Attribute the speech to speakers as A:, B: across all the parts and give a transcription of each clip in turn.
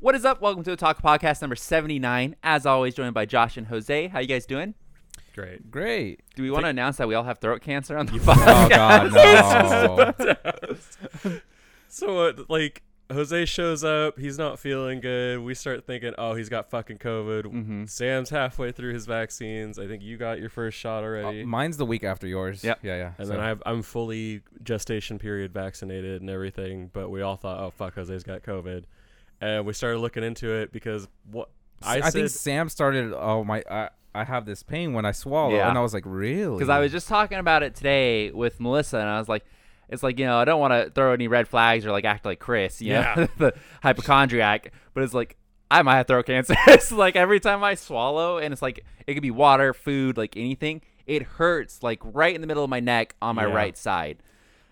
A: What is up? Welcome to the Talk Podcast number 79. As always, joined by Josh and Jose. How you guys doing?
B: Great.
C: Great.
A: Do we want to announce that we all have throat cancer on the
C: Oh
A: podcast?
C: God, no.
B: So uh, like Jose shows up, he's not feeling good. We start thinking, oh, he's got fucking COVID.
C: Mm-hmm.
B: Sam's halfway through his vaccines. I think you got your first shot already.
C: Uh, mine's the week after yours.
A: Yep.
C: Yeah, yeah.
B: and
C: so-
B: then I've, I'm fully gestation period vaccinated and everything, but we all thought, oh fuck, Jose's got COVID, and we started looking into it because what
C: I,
B: I, said,
C: think Sam started. Oh my! I, I have this pain when I swallow,
A: Yeah.
C: and I was like, really?
A: Because I was just talking about it today with Melissa, and I was like, it's like, you know, I don't want to throw any red flags or like act like Chris, you know,
B: Yeah.
A: the hypochondriac, but it's like, I might have throat cancer. it's like every time I swallow, and it's like, it could be water, food, like anything, it hurts like right in the middle of my neck on my
B: Yeah.
A: right side.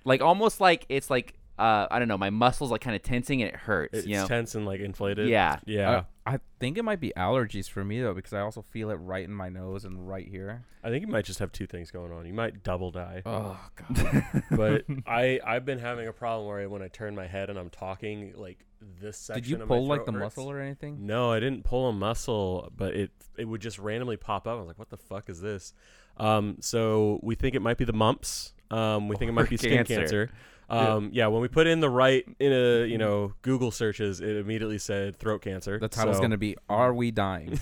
A: Like almost like it's like, uh, I don't know, my muscles like kind of tensing and it hurts,
B: it's
A: you know?
B: tense and like inflated.
A: Yeah.
B: yeah.
C: Uh, I think it might be allergies for me though, because I also feel it right in my nose and right here.
B: I think you might just have two things going on. You might double die.
C: Oh god!
B: but I I've been having a problem where when I turn my head and I'm talking, like this section.
C: Did
B: of
C: you
B: my
C: pull like
B: throat
C: the
B: hurts.
C: muscle or anything?
B: No, I didn't pull a muscle, but it it would just randomly pop up. I was like, "What the fuck is this?" Um, so we think it might be the mumps. Um, we think it might be skin
A: cancer.
B: cancer. Um, yeah. when we put in the right in a you know Google searches, it immediately said throat cancer.
C: The title's
B: So,
C: gonna be "Are We Dying?"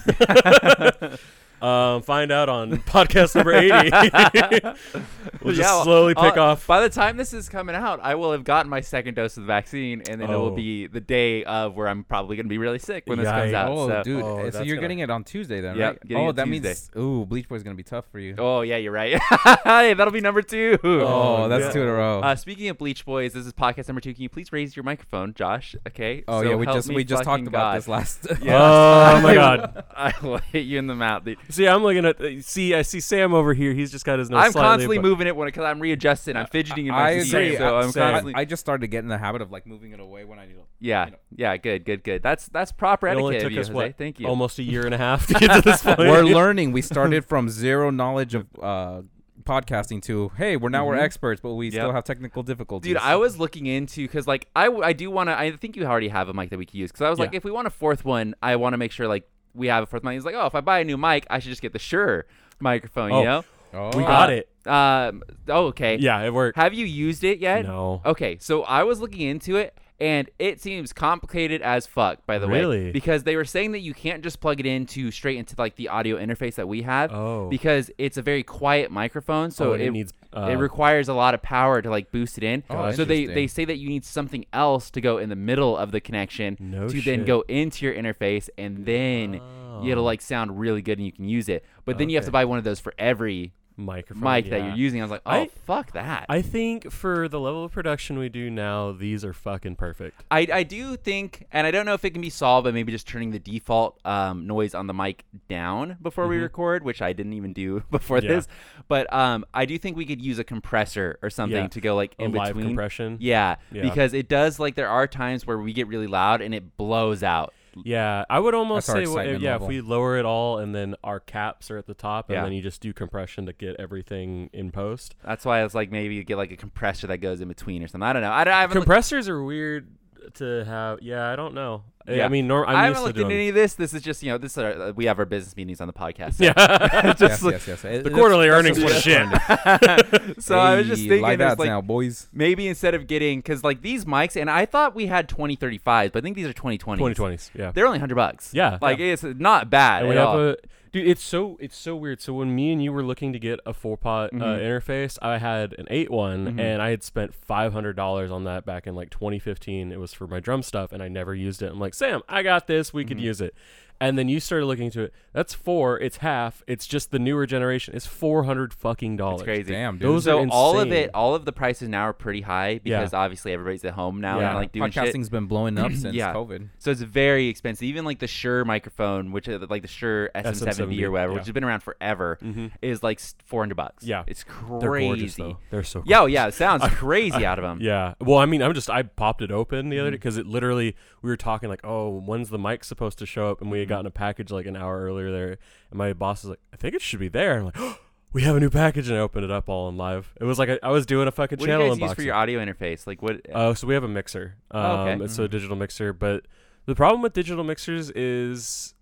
B: um, find out on podcast number eighty. we'll just
A: Yeah,
B: slowly pick
A: uh,
B: off.
A: By the time this is coming out, I will have gotten my second dose of the vaccine, and then it will
B: Oh.
A: be the day of where I'm probably going to be really sick when this comes
B: Yikes.
A: out.
C: oh,
A: so.
C: dude!
B: Oh,
C: uh, so
B: that's
C: you're
B: gonna-
C: getting it on Tuesday then,
A: Yep,
C: right?
A: getting
C: Oh,
A: it
C: that means
A: Tuesday.
C: ooh, Bleach Boy's gonna be tough for you.
A: Oh yeah, you're right. hey, that'll be number two.
C: Oh,
B: Oh,
C: that's
B: yeah.
C: two in a row.
A: Uh, speaking of Bleach Boys, this is podcast number two. Can you please raise your microphone, Josh? Okay.
C: oh
A: So
C: yeah, we
A: help
C: just
A: me
C: we just talked
A: fucking
C: about
A: God.
C: this last.
B: Oh my god.
A: I will hit you in the mouth. dude.
B: See, I'm looking at. See, I see Sam over here. He's just got his nose.
A: I'm
B: slightly
A: constantly
B: abo-
A: moving it when because I'm readjusting. I'm fidgeting in my
C: I
A: seat,
C: agree.
A: so I'm
B: Same.
A: constantly.
C: I, I just started getting the habit of like moving it away when I need. to-
A: yeah,
C: you know.
A: yeah, good, good, good. That's that's proper
B: It only
A: etiquette. of
B: took
A: you,
B: us
A: Jose.
B: what?
A: Thank you.
B: Almost a year and a half to get to this point.
C: We're learning. We started from zero knowledge of uh, podcasting to hey, we're now we're
B: Mm-hmm.
C: experts, but we still
A: Yep.
C: have technical difficulties.
A: Dude, I was looking into because like I, w- I do want to. I think you already have a mic that we could use because I was like,
B: Yeah.
A: if we want a fourth one, I want to make sure like we have a fourth mic. He's like, oh, if I buy a new mic, I should just get the Shure microphone.
B: Oh.
A: You know?
C: oh,
B: we got
A: Uh,
B: it.
A: Um. Oh, okay.
B: Yeah, it worked.
A: Have you used it yet?
B: No. Oh.
A: Okay, so I was looking into it, and it seems complicated as fuck. By the way,
B: Really?
A: because they were saying that you can't just plug it into straight into like the audio interface that we have.
B: Oh.
A: Because it's a very quiet microphone, so
B: Oh, and it needs, uh,
A: it requires a lot of power to like boost it in.
C: Oh,
A: so they
C: interesting.
A: they say that you need something else to go in the middle of the connection
B: No
A: to then
B: shit.
A: go into your interface, and then
B: oh,
A: it'll like sound really good and you can use it. But then you have
B: Okay.
A: to buy one of those for every
B: Microphone.
A: mic that
B: yeah.
A: you're using. I was like, oh
B: I-
A: fuck that.
B: I think for the level of production we do now, these are fucking perfect.
A: I, I do think, and I don't know if it can be solved by maybe just turning the default um, noise on the mic down before we record, which I didn't even do before
B: Mm-hmm. Yeah.
A: this. But um, I do think we could use a compressor or something
B: Yeah.
A: to go like
B: A
A: in
B: live
A: between.
B: compression.
A: Yeah,
B: Yeah.
A: because it does like there are times where we get really loud and it blows out.
B: Yeah, I would almost
C: That's our
B: say, wha-
C: excitement
B: yeah,
C: level.
B: if we lower it all and then our caps are at the top, and
A: Yeah.
B: then you just do compression to get everything in post.
A: That's why it's like maybe you get like a compressor that goes in between or something. I don't know. I, don't- I haven't. looked-
B: Compressors are weird to have. Yeah, I don't know. I-
A: Yeah.
B: I mean, nor- I'm
A: I
B: used
A: haven't
B: to
A: looked
B: doing
A: into any of this. This is just you know this is our, uh, we have our business meetings on the podcast. so-
B: Yeah.
C: yes,
A: just look-
C: yes, yes, yes.
B: the quarterly earnings were shit.
A: so I was just thinking
C: like
A: there's,
C: that now, boys.
A: maybe instead of getting because like these mics and i thought we had 2035s but i think these are 2020s
B: 2020s. Yeah.
A: they're only 100 bucks
B: Yeah,
A: like
B: yeah.
A: it's not bad
B: And we
A: at
B: have
A: all.
B: a dude. It's so it's so weird. So when me and you were looking to get a four pot uh,
A: Mm-hmm.
B: interface, I had an eight one, and I had spent five hundred dollars on that back in like 2015. It was for my drum stuff, and I never used it. I'm like, Sam, I got this. We
A: Mm-hmm.
B: could use it. And then you started looking to it. That's four. It's half. It's just the newer generation. It's four hundred fucking dollars.
A: crazy
C: Damn, dude.
B: Those
A: so
B: are
A: all of
B: insane.
A: it all of the prices now are pretty high
B: Yeah.
A: because obviously everybody's at home now
B: Yeah.
A: and like doing shit
C: Podcasting's been blowing up since
A: Yeah.
C: COVID.
A: so it's very expensive. Even like the Shure microphone, which is like the Shure SM70, or
B: SM70,
A: whatever,
B: yeah. Mm.
A: which has been around forever, is like four hundred bucks.
B: Yeah.
A: it's crazy.
B: They're gorgeous though. They're so.
A: Yeah, oh, yeah, it sounds crazy out of them.
B: Yeah. Well, I mean, I'm just I popped it open the other
A: Mm-hmm.
B: day because it literally we were talking like, oh, when's the mic supposed to show up? And
A: Mm-hmm.
B: we had gotten a package like an hour earlier there, and my boss was like, I think it should be there. I'm like, "Oh, we have a new package, and I opened it up all in live. It was like I I was doing a fucking
A: What do you
B: channel
A: guys
B: unboxing. Uh,
A: use for your audio interface? Like what?
B: Oh, so we have a mixer. Um,
A: Oh, okay.
B: It's a digital mixer, but The problem with digital mixers is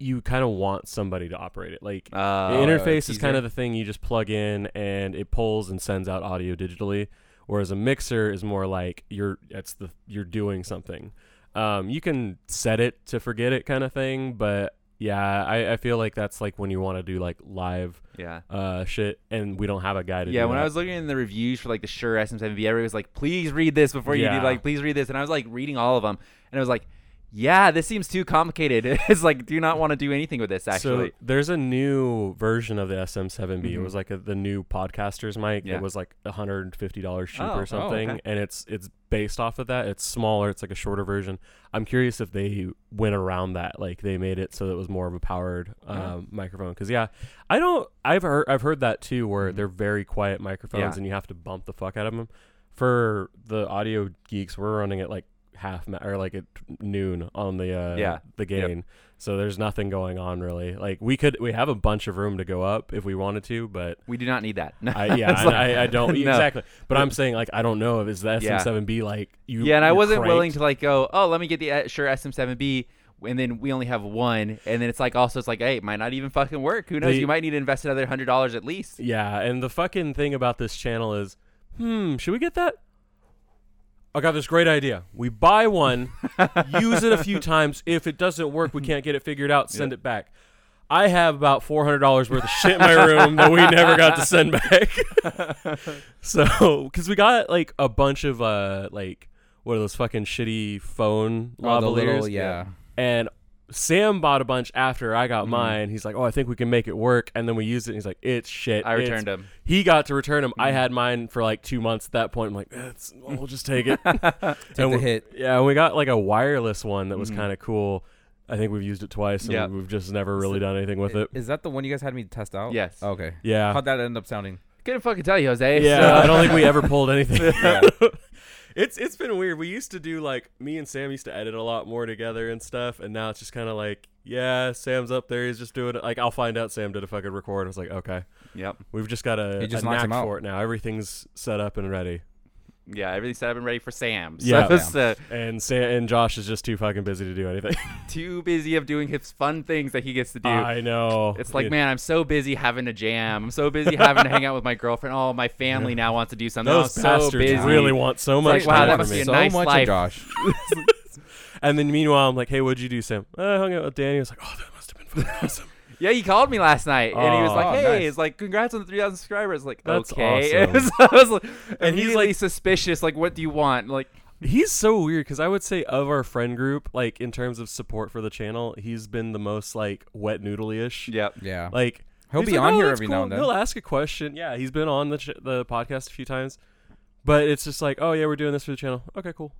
B: you kind of want somebody to operate it. Like the
A: Uh,
B: interface is kind of the thing you just plug in and it pulls and sends out audio digitally. Whereas a mixer is more like you're it's the you're doing something. Um, you can set it to forget it kind of thing, but yeah, I, I feel like that's like when you want to do like live
A: yeah.
B: uh, shit, and we don't have a guy to
A: Yeah,
B: do
A: when
B: that.
A: I was looking in the reviews for like the Shure SM7B, everybody was like, "Please read this before you
B: Yeah.
A: do
C: Ah.
A: like, please read this." And I was like reading all of them, and I was like, "Yeah, this seems too complicated." it's like, do not want to do anything with this actually.
B: So there's a new version of the SM7B. It
A: Mhm.
B: was like a, the new podcasters mic.
A: Yeah.
B: It was like $150 cheap
A: Oh, oh,
B: or something,
A: okay.
B: and it's it's based off of that. It's smaller. It's like a shorter version. I'm curious if they went around that, like they made it so it was more of a powered um,
A: Yeah.
B: microphone. Because yeah, I don't. I've heard I've heard that too, where
A: Mhm.
B: they're very quiet microphones,
A: Yeah.
B: and you have to bump the fuck out of them. For the audio geeks, we're running it like half ma- or like at noon on the uh,
A: Yeah.
B: the
A: Yep.
B: gain. So there's nothing going on really. Like we could we have a bunch of room to go up if we wanted to, but
A: we do not need that.
B: I yeah,
A: It's
B: I,
A: like-
B: I, I don't
A: No.
B: exactly. But I'm saying like I don't know if is the
A: Yeah.
B: SM7B like you
A: yeah, and I
B: you're
A: wasn't willing
B: cranked?
A: to like go, "Oh, let me get the uh, Shure SM7B." And then we only have one, and then it's like also it's like, hey, it might not even fucking work. Who knows?
B: The-
A: you might need to invest another hundred dollars at least.
B: Yeah, and the fucking thing about this channel is, hmm, should we get that? I got this great idea. We buy one, use it a few times. If it doesn't work, we can't get it figured out, send it back. I have about four hundred dollars worth of shit in my room that we never got to send back. so, because we got like a bunch of uh, like what are those fucking shitty phone
C: Oh, the
B: lavaliers?
C: little, yeah.
B: And Sam bought a bunch after I
A: Mm-hmm.
B: got mine. He's like, "Oh, I think we can make it work." And then we used it. and He's like, "It's shit."
A: I
B: It's-
A: returned Mm-hmm. them.
B: He got to return them. I had mine for like two months at that point. I'm like, "Eh, it's, we'll just take it.
C: Take
B: And
C: the
B: we-
C: hit.
B: Yeah, and we got like a wireless one that was kind of cool. I think we've used it twice, and
A: Mm-hmm. Yeah.
B: we've just never really done anything with it. Ah.
C: Is that the one you guys had me test
B: Oh.
C: out? Oh,
A: Yes.
C: Okay.
B: Yeah,
C: How'd that end up sounding?
A: Couldn't fucking tell you, Jose.
B: Yeah,
A: so-
B: I don't think we ever pulled anything.
C: Yeah.
B: it's it's been weird. We used to do like me and Sam used to edit a lot more together and stuff, and now it's just kind of like, yeah, Sam's up there, he's just doing it. Like I'll find out Sam did a fucking record. I was like, okay,
A: Yep.
B: we've just got a,
C: He just
B: a
C: knocks
B: knack
C: him out.
B: for it now. Everything's set up and ready,
A: Yeah, everything's set up and ready for Sam. So
B: Yeah.
A: it's, uh,
B: and Sam and Josh is just too fucking busy to do anything.
A: too busy of doing his fun things that he gets to do.
B: I know.
A: it's like,
B: Yeah.
A: man, I'm so busy having a jam. I'm so busy having to hang out with my girlfriend. Oh, my family now wants to do something.
B: Those
A: I'm so
B: bastards
A: busy.
B: really want so much
A: like, wow,
B: time
A: Ah, that
B: from
A: must
B: me.
A: be a
C: so
A: nice
C: much
A: life.
C: of Josh.
B: And then meanwhile, I'm like, hey, what'd you do, Sam? Uh, I hung out with Danny. I was like, oh, that must have been fucking awesome.
A: Yeah, he called me last night and he was
B: Oh.
A: like,
C: Oh,
A: "Hey,
C: nice.
A: it's like congrats on the 3,000 subscribers." Like,
B: That's
A: okay.
B: awesome.
A: So I was like,
B: And he's
A: he's like suspicious. Like, what do you want? Like,
B: He's so weird because I would say of our friend group, like in terms of support for the channel, he's been the most like wet noodle ish.
A: yep.
C: Yeah.
B: Like
C: He'll
B: he's
C: be
B: like,
C: on
B: "Oh,
C: here
B: that's
C: every
B: cool."
C: now and then.
B: He'll ask a question. Yeah, he's been on the ch- the podcast a few times, but it's just like, oh yeah, we're doing this for the channel. Okay, cool.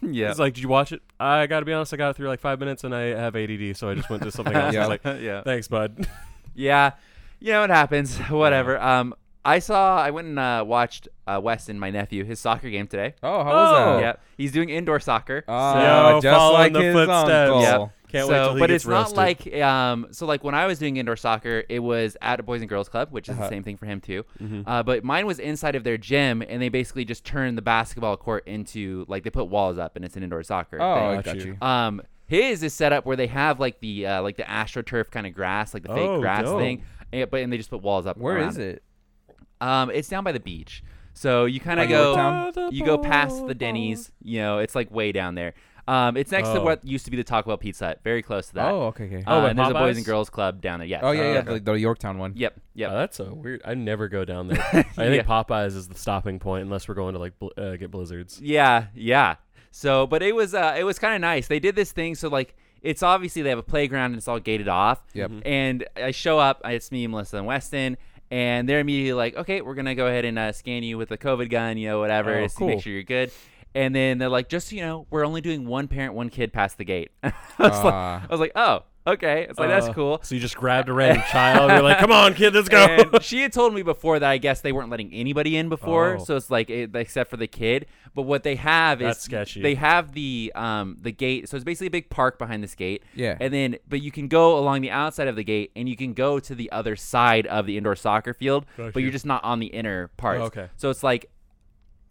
A: Yeah.
B: It's like, did you watch it? I got to be honest, I got it through like five minutes, and I have ADD, so I just went to something else.
C: Yeah.
B: I was like,
A: yeah.
B: thanks, bud.
A: Yeah, you know it happens. Whatever. Um, I saw. I went and uh, watched uh, Weston, my nephew, his soccer game today.
C: Oh, how was
B: Oh.
C: that?
A: Yeah, he's doing indoor soccer.
C: Ah,
B: Yo,
C: just
B: follow in
C: like
B: the
C: his
B: footsteps.
C: uncle.
A: Yeah.
B: Can't
A: so,
B: wait till he
A: but
B: gets
A: it's
B: roasted.
A: not like um. So like when I was doing indoor soccer, it was at a boys and girls club, which is the
C: Uh-huh.
A: same thing for him too.
B: Mhm.
A: Uh, but mine was inside of their gym, and they basically just turned the basketball court into like they put walls up, and it's an indoor soccer.
C: Oh,
A: thing.
C: I
B: Got
C: got
B: you.
C: you.
A: Um, his is set up where they have like the uh, like the astroturf kind of grass, like the fake
B: Oh,
A: grass
B: dope.
A: thing, and, but and they just put walls up.
C: Where
A: around
C: is it?
A: Um, it's down by the beach. So you kind
C: By
A: of go,
C: Yorktown?
A: you go past the Denny's. You know, it's like way down there. Um, it's next to
B: Oh.
A: what used to be the Taco Bell Pizza Hut, very close to that.
C: Oh, okay, okay.
A: Uh,
B: Oh,
A: and there's a boys
B: Popeyes?
A: and girls club down there. Yes.
C: Oh, yeah, yeah,
A: Okay.
C: the, the Yorktown one.
A: Yep. Yep.
B: Oh, that's so weird. I never go down there. I think Popeyes is the stopping point unless we're going to like bl- uh, get blizzards.
A: Yeah, yeah. So, but it was uh, it was kind of nice. They did this thing so like it's obviously they have a playground and it's all gated off.
C: Yep.
B: Mm-hmm.
A: And I show up. It's me, Melissa, and Weston. And they're immediately like, "Okay, we're gonna go ahead and uh, scan you with a COVID gun, you know, whatever,
B: Oh,
A: just to make
B: cool.
A: sure you're good." And then they're like, "Just so you know, we're only doing one parent, one kid past the gate." I, was like,
C: Ah.
A: I was like, "Oh, okay." It's like
B: Uh,
A: that's cool.
B: So you just grabbed a random child. and You're like, come on, kid, let's go.
A: And she had told me before that I guess they weren't letting anybody in before,
B: Oh.
A: so it's like it, except for the kid. But what they have is
B: That's sketchy.
A: They have the um the gate, so it's basically a big park behind this gate.
C: Yeah.
A: and then but you can go along the outside of the gate, and you can go to the other side of the indoor soccer field,
B: Got
A: but
B: you.
A: you're just not on the inner parts.
B: Okay.
A: so it's like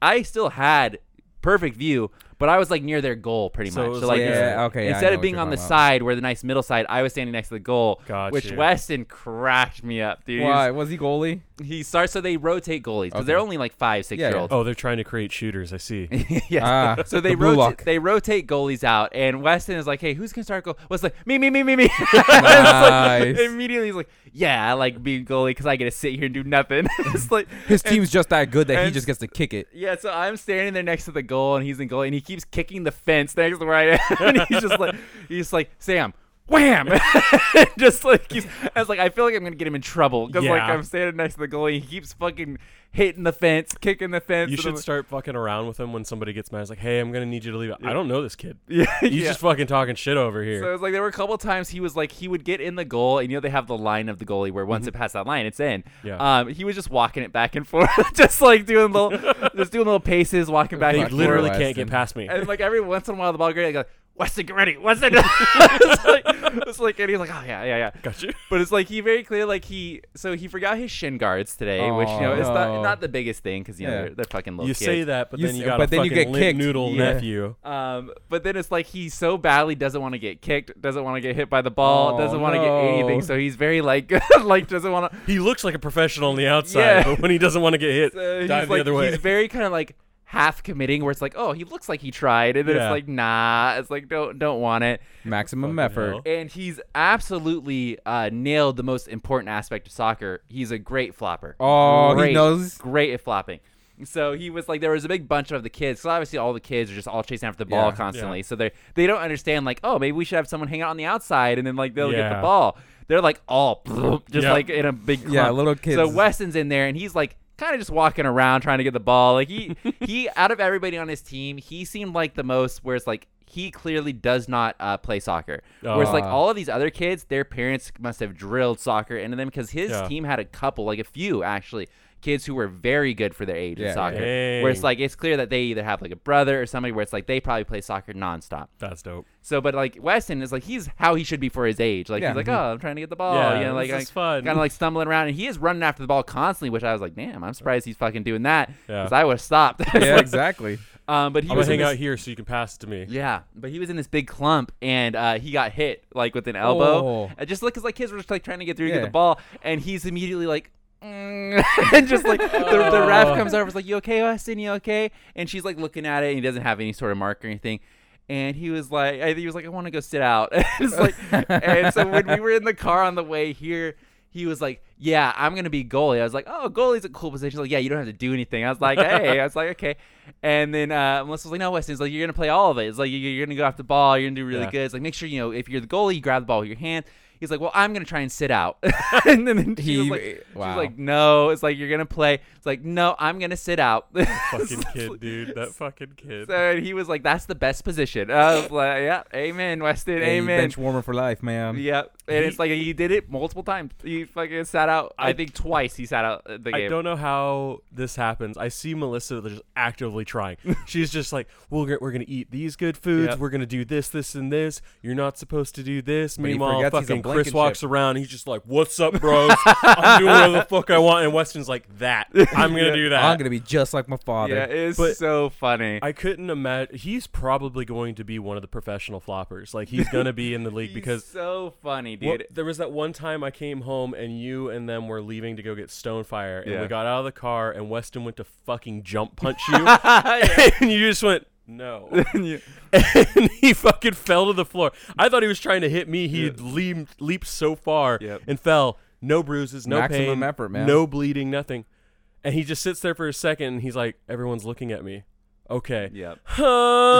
A: I still had perfect view, But I was like near their goal pretty
B: So it
A: much.
B: was
A: So like
B: like-
A: it's-
C: yeah, okay. yeah, I
A: instead
C: know
A: of
C: what
A: being
C: you're
A: on the
C: talking about.
A: side where the nice middle side, I was standing next to the goal.
B: Got
A: which
B: you.
A: Weston crashed me up, dude.
C: why was he goalie?
A: He starts so they rotate goalies because they're
C: Okay.
A: only like five, six
C: Yeah,
A: year
C: yeah.
A: olds.
B: Oh, they're trying to create shooters. I see.
A: yes.
C: Ah,
A: so they
C: the blue
A: rotate
C: lock.
A: they rotate goalies out, and Weston is like, "Hey, who's gonna start goal?" Was like, "Me, me, me, me, me." It's like,
C: Nice.
A: immediately, he's like, "Yeah, I like being goalie because I get to sit here and do nothing." it's like
C: His
A: and-
C: team's just that good that he
A: and-
C: just gets to kick it.
A: Yeah, so I'm standing there next to the goal, and he's in goal, and he keeps kicking the fence next to where I am, and he's just like, he's like, Sam, wham, just like he's. I was like, I feel like I'm gonna get him in trouble because like
B: Yeah.
A: I'm standing next to the goal, and he keeps fucking hitting the fence, kicking the fence.
B: You
A: and I'm
B: should
A: like-
B: start fucking around with him when somebody gets mad. It's like, hey, I'm gonna need you to leave. I don't know this kid.
A: Yeah,
B: He's
A: yeah.
B: just fucking talking shit over here.
A: So it was like there were a couple times he was like he would get in the goal, and you know they have the line of the goalie where once it passed that line, it's in.
B: Mm-hmm. Yeah.
A: Um, he was just walking it back and forth, just like doing little, just doing little paces, walking back.
B: they
A: and forth.
B: literally
C: Weston.
B: can't get past me.
A: And like every once in a while, the ball goes like, Weston, get ready, Weston. it's, like, it's like, and he's like, oh yeah, yeah, yeah.
B: Got you.
A: But it's like he very clear, like he, so he forgot his shin guards today, which you know
C: Oh,
A: it's not
C: no.
A: not the biggest thing because you know
C: Yeah.
A: they're, they're fucking little
B: You
A: kids.
B: say that, but
C: You
B: then you
C: s-
B: got
C: but
B: a
C: then you
B: fucking
C: get
B: limp
C: kicked.
B: noodle
C: Yeah.
B: nephew.
A: Um, but then it's like he so badly doesn't want to get kicked, doesn't want to get hit by the ball,
C: Oh,
A: doesn't want to
C: no.
A: get anything. So he's very like, like doesn't want to.
B: He looks like a professional on the outside,
A: Yeah.
B: but when he doesn't want to get hit,
A: So he's
B: dive
A: like,
B: the other way.
A: he's very kind of like half committing, where it's like, oh, he looks like he tried, and then
B: Yeah.
A: it's like, nah, it's like don't don't want it.
C: Maximum
B: Fucking
C: effort.
B: hell.
A: and he's absolutely uh, nailed the most important aspect of soccer. He's a great flopper.
C: Oh, he
A: Great,
C: knows.
A: Great at flopping. So he was like, there was a big bunch of the kids. So obviously, all the kids are just all chasing after the ball
C: Yeah.
A: constantly. So they they don't understand like, oh, maybe we should have someone hang out on the outside and then like they'll get the
B: Yeah.
A: ball. They're like all just
B: Yeah.
A: like in a big clump.
C: Yeah, little kids.
A: So Weston's in there and he's like kind of just walking around trying to get the ball. Like he he out of everybody on his team, he seemed like the most where it's like he clearly does not uh, play soccer. Whereas like
C: Aw.
A: all of these other kids, their parents must have drilled soccer into them because his
B: Yeah.
A: team had a couple, like a few actually, kids who were very good for their age in
C: Yeah.
A: soccer. Where it's
B: Dang.
A: like it's clear that they either have like a brother or somebody where it's like they probably play soccer nonstop.
B: That's dope.
A: So, but like Weston is like he's how he should be for his age. Like
C: Yeah.
A: he's like, oh, I'm trying to get the ball.
B: Yeah,
A: you know, like
B: this
A: I-
B: is fun.
A: Kind of like stumbling around, and he is running after the ball constantly, which I was like, damn, I'm surprised he's fucking doing that
B: Yeah.
A: because I would have stopped.
C: Yeah, exactly.
A: um, but he
B: I'm gonna
A: was in
B: hang
A: this-
B: out here so you can pass to me.
A: yeah, but he was in this big clump and uh, he got hit like with an elbow.
C: Oh.
A: And just look, cause like kids were just like trying to get through and get
C: Yeah.
A: the ball, and he's immediately like. "Mm," and just like the, the ref
B: Oh.
A: comes over, is like, "You okay, Weston? You okay?" And she's like looking at it, and he doesn't have any sort of mark or anything. And he was like, I think he was like, "I want to go sit out." it's like, and so when we were in the car on the way here, he was like, "Yeah, I'm gonna be goalie." I was like, "Oh, goalie's a cool position." He's like, yeah, you don't have to do anything. I was like, "Hey," I was like, "Okay." And then uh, Melissa was like, "No, Weston." He's like, "You're gonna play all of it." It's like you- you're gonna go off the ball. You're gonna do really
B: Yeah.
A: good. It's like make sure you know if you're the goalie, you grab the ball with your hand. He's like, "Well, I'm gonna try and sit out." and then he, was
C: He-
A: like, she was
C: wow.
A: like, "No." It's like you're gonna play. It's like, "No, I'm gonna sit out."
B: Fucking kid, dude. That fucking kid.
A: So and he was like, "That's the best position." I was like, "Yeah, amen, Weston,
C: Hey, you
A: amen."
C: Bench warmer for life, man.
A: Yeah, and
B: He-
A: it's like he did it multiple times. He fucking sat out. I,
B: I-
A: think twice he sat out the
B: I
A: game.
B: don't know how this happens. I see Melissa just actively trying. She's just like, "We're gonna, we're gonna eat these good foods.
A: Yeah.
B: We're gonna do this, this, and this. You're not supposed to do this."
C: he
B: Meanwhile,
C: forgets he's a
B: fucking Chris
C: Blankenship.
B: walks around. He's just like, "What's up, bros? I'm doing whatever the fuck I want." And Weston's like, "That. I'm gonna do that."
C: I'm gonna be just like my father.
A: yeah, it's
B: But-
A: so funny.
B: I couldn't imagine. He's probably going to be one of the professional floppers. Like he's gonna be in the league
A: He's
B: because
A: so funny,
B: Well,
A: dude.
B: there was that one time I came home and you and them were leaving to go get Stonefire, and
A: Yeah.
B: we got out of the car and Weston went to fucking jump punch you, and you just went no, and he fucking fell to the floor. I thought he was trying to hit me. He had leamed, leaped so far
A: Yep.
B: and fell. No bruises, no
C: Maximum
B: pain,
C: effort, man.
B: no bleeding, nothing. And he just sits there for a second, and he's like, "Everyone's looking at me." Okay.
A: Yep.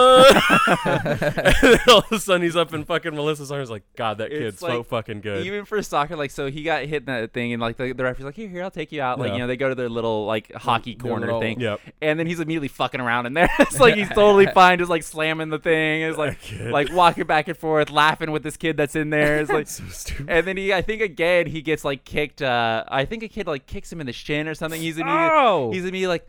B: and then all of a sudden, he's up in fucking Melissa's arms, like, "God, that
A: It's
B: kid's so
A: like-
B: fucking good."
A: Even for soccer, like so, he got hit in that thing, and like the, the referee's like, "Here, here, I'll take you out." Like
B: Yeah.
A: you know, they go to their little like hockey corner
C: little-
A: thing,
B: Yep.
A: and then he's immediately fucking around in there. it's like he's totally fine, just like slamming the thing, is like
B: kid.
A: like walking back and forth, laughing with this kid that's in there. It's like
B: so stupid.
A: And then he, I think again, he gets like kicked. Uh, I think a kid like kicks him in the shin or something. He's immediately,
B: Oh!
C: Ow!
A: he's immediately like,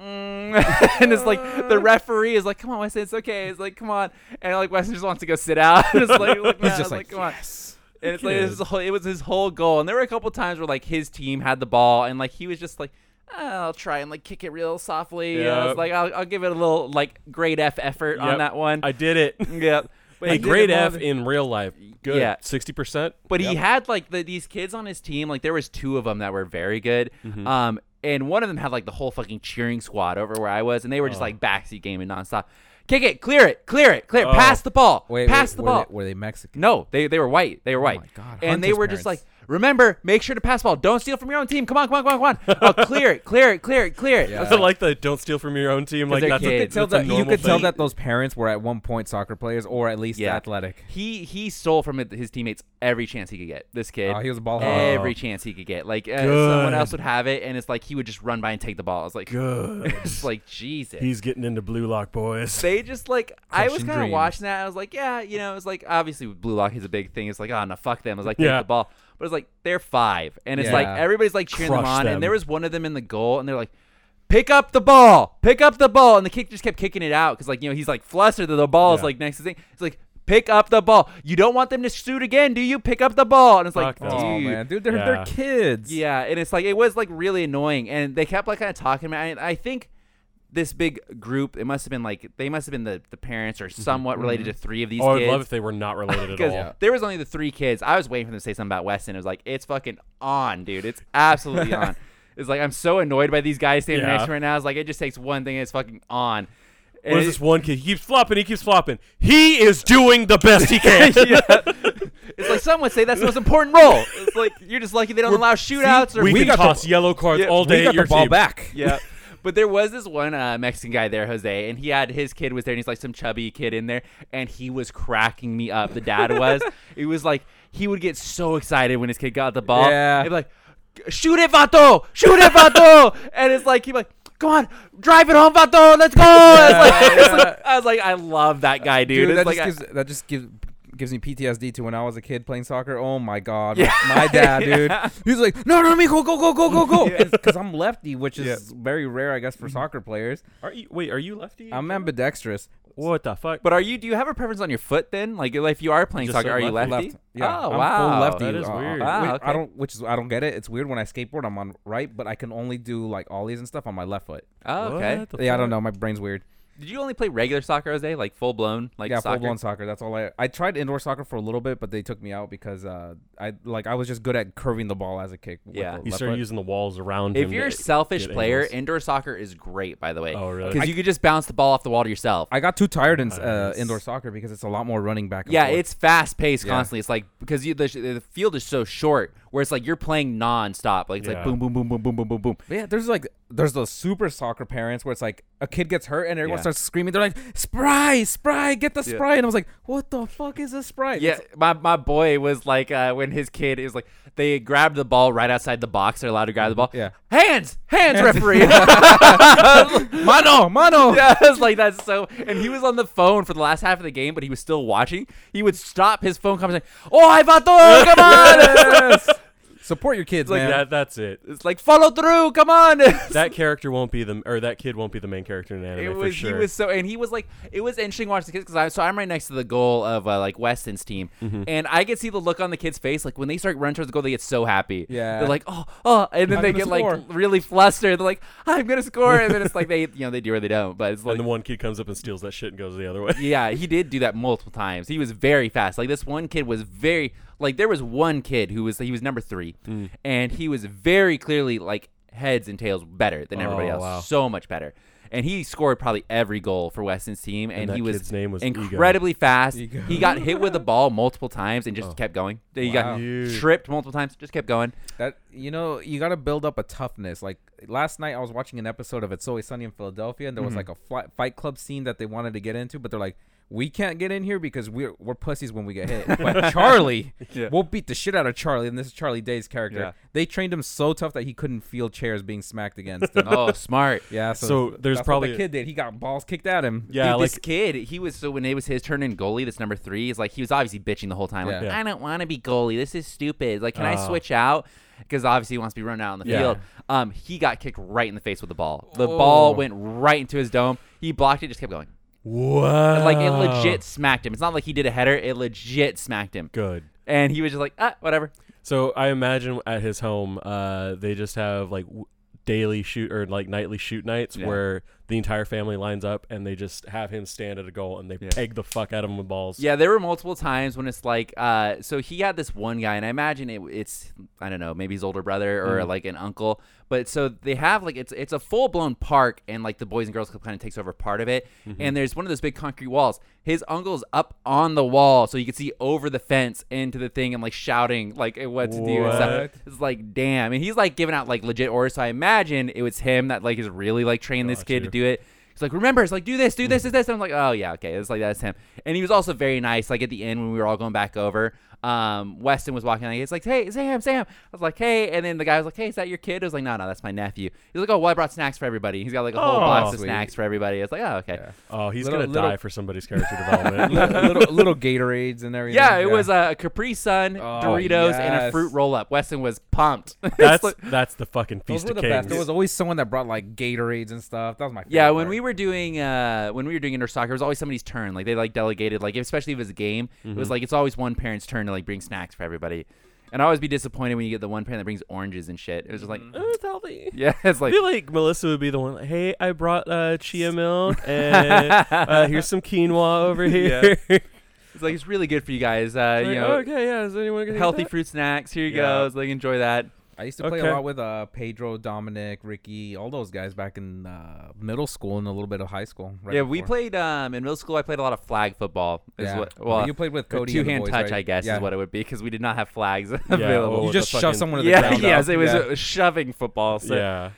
A: mm. and it's like the referee is like, "Come on, Weston, it's okay." It's like, "Come on," and like Weston just wants to go sit out. it's like, look,
C: He's
A: man,
C: just
A: it's
C: like,
A: "Come on."
C: yes.
A: And it's like it was, his whole, it was his whole goal. And there were a couple times where like his team had the ball, and like he was just like, I'll try and like kick it real softly. Yeah. I was
B: Yep.
A: like, I'll, I'll give it a little like grade F effort on
B: Yep.
A: that one.
B: I did it.
A: yeah. But
B: hey,
A: he did
B: grade
A: it more
B: F
A: than-
B: in real life. Good.
A: Yeah.
B: Sixty percent.
A: But he had like the, these kids on his team. Like there was two of them that were very good.
C: Mm-hmm.
A: Um, and one of them had like the whole fucking cheering squad over where I was, and they were
C: Oh.
A: just like backseat gaming nonstop. Kick it, clear it, clear it, clear. it, Pass the ball.
C: Oh. Wait,
A: pass
C: wait,
A: the
C: were
A: ball.
C: They, were they Mexican?
A: No, they they were white. They were white.
C: my God,
A: And they
C: Hunter's
A: were just like,
C: parents.
A: remember, make sure to pass the ball. Don't steal from your own team. Come on, come on, come on, come on. Oh, clear it, clear it, clear it, clear it. I was
B: I like the don't steal from your own team. Like
A: they're
B: that's a,
A: kids.
B: that's
A: Tell
B: a
C: that, you
B: normal
C: could tell
B: thing.
C: that those parents were at one point soccer players or at least
A: Yeah.
C: athletic.
A: He he stole from his teammates every chance he could get. This kid,
C: Oh, he was a ball hog.
A: every chance he could get. Like uh, someone else would have it, and it's like he would just run by and take the ball. It's like,
B: Good.
A: it's like Jesus.
B: He's getting into Blue Lock boys.
A: they just like I was
C: Crushing
A: kind of
C: dreams.
A: watching that. I was like, yeah, you know, it's like obviously with Blue Lock is a big thing. It's like, oh no, fuck them. I was like, take
B: Yeah.
A: the ball, but it's like they're five, and it's
C: Yeah.
A: like everybody's like cheering them
B: Crush
A: on,
B: them.
A: and there was one of them in the goal, and they're like. Pick up the ball. Pick up the ball. And the kick just kept kicking it out because, like, you know, he's like flustered that the ball is
B: Yeah.
A: like next to the thing. It's like, pick up the ball. You don't want them to shoot again, do you? Pick up the ball. And it's like,
B: Fuck no.
C: Oh
A: dude,
C: man, dude, they're
B: Yeah.
C: they're kids.
A: yeah, and it's like it was like really annoying, and they kept like kind of talking about. It. I think this big group, it must have been like they must have been the the parents or somewhat related to three of these
B: Mm-hmm. Oh, I'd
A: kids.
B: love if they were not related at
A: because
B: all.
A: there was only the three kids. I was waiting for them to say something about Weston. It was like it's fucking on, dude. It's absolutely on. It's like I'm so annoyed by these guys standing
B: Yeah.
A: next to me right now. It's like it just takes one thing and it's fucking on. And
B: What is
A: it-
B: this one kid? He keeps flopping. He keeps flopping. He is doing the best he can.
A: It's like some would say that's the most important role. It's like you're just lucky they don't allow shootouts or
B: we,
C: We
B: can
C: got the-
B: toss yellow cards
A: Yeah,
B: all day.
C: we
B: at
C: got
B: your
C: the ball
B: team.
C: back.
A: yeah. But there was this one uh, Mexican guy there, Jose, and he had his kid was there, and he's like some chubby kid in there, and he was cracking me up. The dad was. it was like he would get so excited when his kid got the ball.
C: Yeah.
A: He'd be like, "Shoot it, vato! Shoot it, vato!" and it's like he'd be like. Come on, drive it home, Vato. Let's go. It's like- it's like- I was like, I love that guy, dude. It's
C: Dude, that,
A: like,
C: just
A: I-
C: gives, that just gives gives me PTSD to when I was a kid playing soccer. Oh my god,
A: Yeah.
C: my dad, dude.
A: Yeah.
C: He's like, no, no, mijo, go, go, go, go, go, because I'm lefty, which is very rare, I guess, for soccer players.
B: Are you, wait, are you lefty?
C: I'm ambidextrous.
B: What the fuck?
A: but are you? Do you have a preference on your foot then? Like, if you are playing
B: Just
A: soccer,
B: said
A: are you
B: lefty.
A: lefty?
C: Left, yeah,
A: Oh
C: I'm
A: wow,
C: full lefty.
B: That is weird.
A: Wow,
C: which-
A: Uh, okay.
C: I don't, which is I don't get it. It's weird when I skateboard, I'm on right, but I can only do like ollies and stuff on my left foot.
A: Oh, okay.
B: What the
C: Yeah, I
B: fuck?
C: don't know. My brain's weird.
A: Did you only play regular soccer, Jose? Like full blown, like
C: yeah,
A: soccer?
C: full blown soccer. That's all I. I tried indoor soccer for a little bit, but they took me out because uh, I like I was just good at curving the ball as a kick. with
A: Yeah.
C: the
B: You
C: left
B: start
C: foot.
B: using the walls around him.
A: If you're
B: to
A: a selfish
B: get
A: player,
B: angles.
A: indoor soccer is great, by the way.
B: Oh, really?
A: Because you could just bounce the ball off the wall to yourself.
C: I got too tired in uh,
B: Nice.
C: indoor soccer because it's a lot more running back. And
A: yeah,
C: forth.
A: it's fast paced
C: Yeah.
A: constantly. It's like because you, the, sh- the field is so short, where it's like you're playing non-stop. Like it's like
B: Yeah.
A: boom, boom, boom, boom, boom, boom, boom, boom.
C: But yeah. There's like there's those super soccer parents where it's like a kid gets hurt and everyone
A: Yeah.
C: starts screaming. They're like, "Spry, spry, get the
A: Yeah.
C: spry!" And I was like, "What the fuck is a spry?"
A: Yeah,
C: It's-
A: my, my boy was like uh, when his kid is like they grabbed the ball right outside the box. They're allowed to grab the ball.
C: Mm-hmm. Yeah.
A: hands, hands, referee.
C: mano, mano.
A: Yeah, I was like, that's so. And he was on the phone for the last half of the game, but he was still watching. He would stop his phone conversation. Oh, I vato, come on!
C: Yes. Support your kids, man.
B: that, that's it.
A: it's like follow through, come on!
B: That character won't be the or that kid won't be the main character in an anime
A: it
B: for
A: was
B: sure.
A: he was so, and he was like, it was interesting watching the kids because I so I'm right next to the goal of uh, like Weston's team,
C: Mm-hmm.
A: and I could see the look on the kid's face like when they start running towards the goal, they get so happy.
C: Yeah.
A: they're like, oh, oh, and then
C: I'm
A: they
C: gonna
A: get
C: score.
A: like really flustered. They're like, I'm gonna score, and then it's like they, you know, they do or they don't. But it's like
B: and the one kid comes up and steals that shit and goes the other way.
A: yeah, he did do that multiple times. He was very fast. Like this one kid was very like there was one kid who was he was number three,
B: Mm.
A: and he was very clearly like heads and tails better than everybody
B: Oh,
A: else.
B: wow.
A: So much better. And he scored probably every goal for Weston's team, and,
B: that
A: he was,
B: kid's name was Ego.
A: incredibly fast.
C: Ego.
A: He got hit with the ball multiple times and
B: Oh.
A: just kept going. He
C: Wow.
A: got
B: Dude.
A: tripped multiple times, just kept going.
C: That you know, you gotta build up a toughness. Like last night, I was watching an episode of It's Always Sunny in Philadelphia, and there was like a fly, Fight Club scene that they wanted to get into, but they're like, "We can't get in here because we're we're pussies when we get hit." But Charlie,
A: Yeah.
C: we'll beat the shit out of Charlie, and this is Charlie Day's character.
A: Yeah.
C: They trained him so tough that he couldn't feel chairs being smacked against him.
A: Oh, smart.
C: Yeah, so,
B: So there's
C: that's
B: probably-
C: what the kid did. He got balls kicked at him.
B: Yeah,
A: Dude,
B: like
A: this kid, he was so when it was his turn in goalie, this number three, is like he was obviously bitching the whole time. Like,
C: Yeah.
B: Yeah.
A: I don't want to be goalie. This is stupid. Like, can I
B: Ah.
A: switch out? Because obviously he wants to be running out on the
B: Yeah.
A: field. Um, he got kicked right in the face with the ball. The
C: Oh.
A: ball went right into his dome. He blocked it, just kept going.
B: wow,
A: Like it legit smacked him. It's not like he did a header. It legit smacked him,
B: good.
A: and he was just like, ah, whatever.
B: So I imagine at his home, uh, they just have like w- daily shoot or like nightly shoot nights
A: Yeah.
B: where the entire family lines up and they just have him stand at a goal and they
A: Yeah.
B: peg the fuck out of him with balls.
A: Yeah, there were multiple times when it's like, uh, so he had this one guy, and I imagine it, it's, I don't know, maybe his older brother
B: Mm-hmm.
A: or like an uncle. But so they have like it's it's a full blown park, and like the Boys and Girls Club kind of takes over part of it.
B: Mm-hmm.
A: And there's one of those big concrete walls. His uncle's up on the wall, so you can see over the fence into the thing and like shouting like what to do and stuff.
B: What?
A: It's like damn, and he's like giving out like legit orders. So I imagine it was him that like is really like training this
B: Got
A: kid to
B: you.
A: do it. He's like, remember, it's like do this, do this, do this. And I'm like, oh yeah, okay, it's like that's him. And he was also very nice. Like at the end when we were all going back over, um, Weston was walking. Like it's like, hey, Sam, Sam. I was like, hey, and then the guy was like, hey, is that your kid? I was like, no, no, that's my nephew. He's like, oh, well, I brought snacks for everybody. He's got like a whole
B: Oh,
A: box of
C: sweet.
A: snacks for everybody. It's like, oh, okay.
C: Yeah.
B: Oh, he's
C: Little-
B: gonna
C: little-
B: die for somebody's character development.
C: little, little Gatorades and everything.
A: Yeah, it was a Capri Sun, Doritos, and a
C: yes.
A: fruit roll up. Weston was pumped. It's
B: that's
A: like-
B: that's the fucking
C: Those
B: feast
C: were
B: of
C: the
B: kings.
C: best. There was always someone that brought like Gatorades and stuff. That was my favorite.
A: Yeah, when we were doing uh when we were doing indoor soccer, it was always somebody's turn. Like they like delegated, like especially if it was a game, it
C: Mm-hmm.
A: was like it's always one parent's turn to like bring snacks for everybody. And I always be disappointed when you get the one parent that brings oranges and shit. It was just like,
C: Mm-hmm.
B: Oh, it's healthy.
A: yeah, it's
B: I
A: like
B: feel like Melissa would be the one. Like, hey, I brought uh, chia milk and uh, here's some quinoa over here.
A: it's like it's really good for you guys. Uh,
B: Like,
A: you
C: "Oh,
A: know,
B: okay, yeah. Is anyone gonna eat
A: healthy
B: that?
A: fruit snacks. Here you
B: Yeah.
A: go. It's like enjoy that.
C: I used to play
B: Okay.
C: a lot with uh, Pedro, Dominic, Ricky, all those guys back in uh, middle school and a little bit of high school. right
A: yeah, we
C: before.
A: played um in middle school. I played a lot of flag football. Is
C: Yeah.
A: what well
C: you played with Cody.
A: two
C: and the
A: hand
C: boys,
A: touch,
C: right?
A: I guess,
C: Yeah.
A: is what it would be because we did not have flags
B: well,
A: available.
B: with
C: You
B: the
C: just shove
B: fucking-
C: someone to the
A: yeah,
C: ground.
A: yes,
C: up.
A: it was
C: Yeah.
A: uh, shoving football. So
B: Yeah.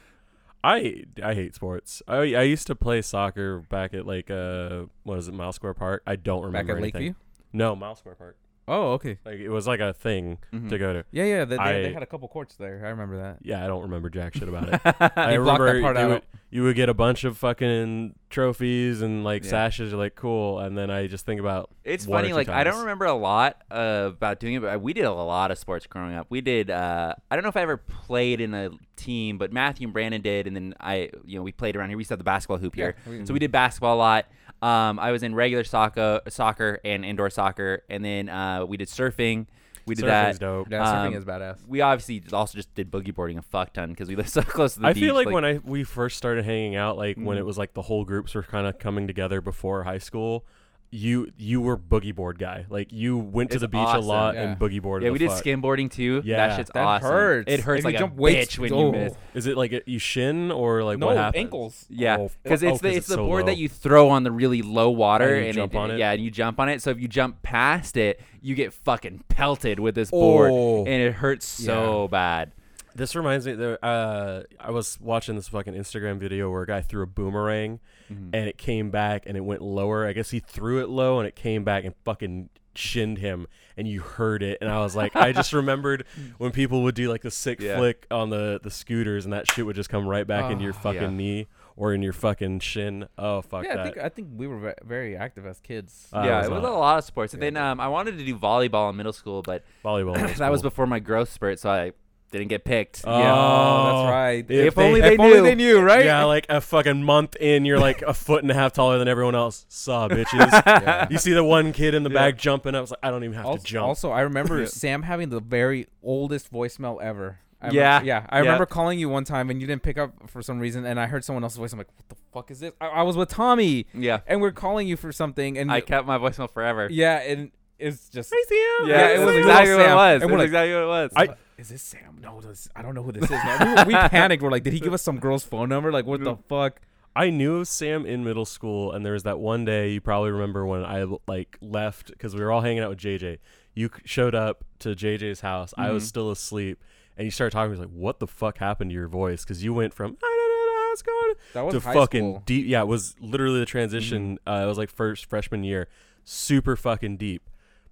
B: I I hate sports. I I used to play soccer back at like uh what is it Mile Square Park? I don't
C: back
B: remember
C: at
B: anything.
C: Lakeview.
B: No, Mile Square Park.
C: Oh, okay.
B: Like it was like a thing
A: Hmm.
B: to go to.
C: Yeah, yeah. They, they, they
B: I-
C: had a couple courts there. I remember that.
B: Yeah, I don't remember jack shit about it.
A: Mm-hmm.
B: I
C: You blocked that
B: remember
C: part
B: you,
C: out.
B: Would, you would get a bunch of fucking trophies and like
A: Yeah.
B: sashes. You're like cool, and then I just think about
A: It's
B: one or
A: funny,
B: two
A: like I don't
B: times.
A: remember a lot uh, about doing it, but we did a lot of sports growing up. We did. Uh, I don't know if I ever played in a team, but Matthew and Brandon did, and then I, you know, we played around here. We used to have the basketball hoop here,
C: Yeah, Mm-hmm. we-
A: so we did basketball a lot. Um, I was in regular soccer, soccer and indoor soccer, and then uh, we did surfing. We did that.
B: Surfing's dope.
C: Yeah, surfing
A: Um,
C: is badass.
A: We obviously also just did boogie boarding a fuck ton because we live so close to the
B: I
A: beach. Mm-hmm.
B: feel like, when I we first started hanging out, like when it was like the whole groups were kind of coming together before high school. You you were boogie board guy. Like you went to
A: It's
B: the beach
A: awesome,
B: a lot
C: yeah.
B: and boogie boarded.
A: yeah,
B: the
A: we did
B: fuck.
A: skimboarding too. that
B: Yeah.
A: shit's
C: That
A: awesome.
C: hurts.
A: It hurts
C: If you
A: like
C: jump
A: a
C: weights-
A: bitch when
C: oh.
A: you miss.
B: Is it like a, you shin or like
C: no
B: what happens?
C: ankles.
A: Yeah,
B: Oh,
A: because
B: oh,
A: it's the
B: 'cause
A: it's,
B: it's
A: the
B: so
A: board
B: low.
A: that you throw on the really low water
B: And you jump on it?
A: Yeah, and you jump on it. So if you jump past it, you get fucking pelted with this board,
C: Oh.
A: and it hurts so bad.
B: This reminds me. There, uh, I was watching this fucking Instagram video where a guy threw a boomerang,
A: Mm-hmm.
B: and it came back and it went lower. I guess he threw it low and it came back and fucking shinned him, and you heard it. And I was like, I just remembered when people would do like the sick
A: Yeah.
B: flick on the the scooters, and that shit would just come right back into your
C: Oh,
B: fucking
A: Ah, yeah.
B: knee or in your fucking shin. Oh fuck
C: Yeah, I
B: that.
C: think I think we were ve- very active as kids.
B: Uh, I
A: yeah,
B: was
A: it was a
B: not.
A: lot of sports. And then um, I wanted to do volleyball in middle school, but
B: Volleyball.
A: that was before my growth spurt, so I didn't get picked.
B: Oh,
A: yeah.
C: Oh, that's right.
B: If,
A: If only they
C: if only
A: knew.
C: they knew, right?
B: Yeah, like a fucking month in, you're like a foot and a half taller than everyone else. Saw bitches.
C: Yeah.
B: You see the one kid in the back jumping up. It's like I don't even have
C: also,
B: to jump.
C: also, I remember Sam having the very oldest voicemail ever. I remember-
A: Yeah,
C: yeah. I
A: yeah.
C: remember calling you one time and you didn't pick up for some reason, and I heard someone else's voice. I'm like, what the fuck is this? I, I was with Tommy,
A: Yeah.
C: and we're calling you for something, and
A: I kept my voicemail forever.
C: yeah, and it's just
B: Sam.
C: Yeah, it
A: that's
C: was
A: exactly
C: little
A: what it
C: Sam.
A: was.
C: And
A: It
C: we're
A: was
C: like-
A: exactly what it was.
B: I-
C: Is this Sam? No, this, I don't know who this is. man. we, we panicked. We're like, did he give us some girl's phone number? Like, what the fuck?
B: I knew of Sam in middle school, and there was that one day you probably remember when I like left because we were all hanging out with JJ. You c- showed up to JJ's house. I
C: Mm-hmm.
B: was still asleep, and you started talking. I was like, "What the fuck happened to your voice?" Because you went from I don't know what's going
C: That was
B: to
C: high
B: fucking
C: school. Mm-hmm.
B: deep. Yeah, it was literally the transition. Uh, it was like first freshman year, super fucking deep.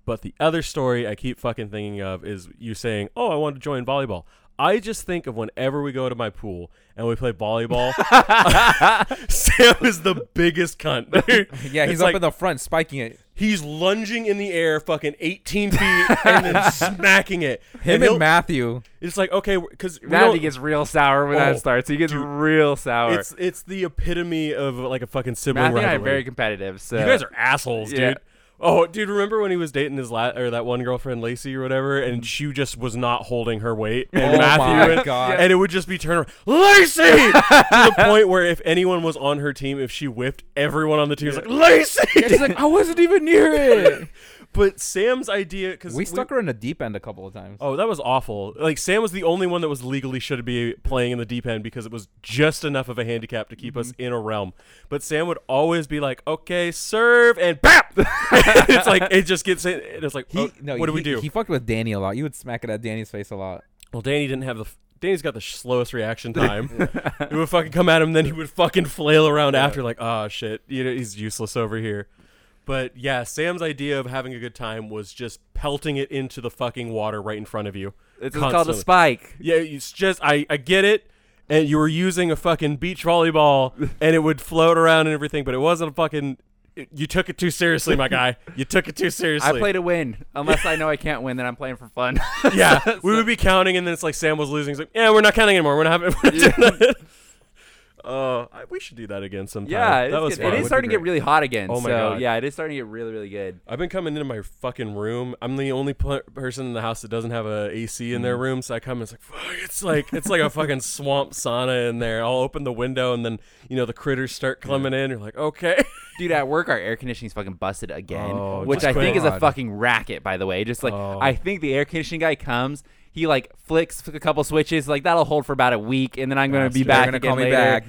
B: But the other story I keep fucking thinking of is you saying, "Oh, I want to join volleyball." I just think of whenever we go to my pool and we play volleyball, Sam is the biggest cunt. dude.
C: Yeah, he's
B: It's
C: up
B: like,
C: in the front, spiking it.
B: He's lunging in the air, fucking 18 feet, and then smacking it.
C: Him
B: he'll-
C: and Matthew.
B: It's like okay, because
A: Matthew gets real sour when that
B: Oh,
A: starts. He gets real sour.
B: it's it's the epitome of like a fucking sibling
A: Matthew and I are
B: rivalry.
A: very competitive. So
B: you guys are assholes,
A: Yeah.
B: dude. Oh, dude, remember when he was dating his la- or that one girlfriend, Lacey or whatever, and she just was not holding her weight, and
C: Mm. Oh
B: Matthew,
C: my
B: and,
C: God.
B: and it would just be turn around, Lacey, to the point where if anyone was on her team, if she whipped, everyone on the team was like Lacey.
C: She's like, I wasn't even near it.
B: but Sam's idea, because
C: we stuck her in the deep end a couple of times.
B: Oh, that was awful. Like Sam was the only one that was legally should be playing in the deep end because it was just enough of a handicap to keep
C: Mm-hmm.
B: us in a realm. But Sam would always be like, "Okay, serve," and bap. it's like it just gets in. It's like,
C: He,
B: oh,
C: no,
B: what do we
C: he-
B: do?
C: He fucked with Danny a lot. You would smack it at Danny's face a lot.
B: well, Danny didn't have the. F- Danny's got the sh- slowest reaction time. It would fucking come at him, then he would fucking flail around after, like, oh shit, you know, he's useless over here. But yeah, Sam's idea of having a good time was just pelting it into the fucking water right in front of you.
A: It's just called a
B: constantly.
A: spike.
B: Yeah, it's just I, I get it. And you were using a fucking beach volleyball, and it would float around and everything, but it wasn't a fucking. it- you took it too seriously, my guy. You took it too seriously.
A: I play to win. Unless I know I can't win, then I'm playing for fun.
B: Yeah, we would be counting, and then it's like Sam was losing. He's like, "Yeah, we're not counting anymore. We're not having." We're not doing that." Uh, I- we should do that again sometime.
A: yeah,
B: that was
A: it's good. it
B: fun.
A: is starting to get really hot again.
B: Oh
A: so
B: my God.
A: yeah, it is starting to get really, really good.
B: I've been coming into my fucking room. I'm the only pl- person in the house that doesn't have a AC in their room, so I come and it's like, fuck, it's like it's like a fucking swamp sauna in there. I'll open the window and then you know the critters start coming in. You're like, okay,
A: Dude, at work, our air conditioning's fucking busted again,
B: Oh,
A: which
B: just
A: I think is a
C: quit.
A: fucking racket, by the way. Just like,
B: Oh.
A: I think the air conditioning guy comes, he like flicks a couple switches, like that'll hold for about a week, and then I'm going to be
B: Bastard.
A: back
C: They're gonna
A: again
C: call me
A: later.
C: back,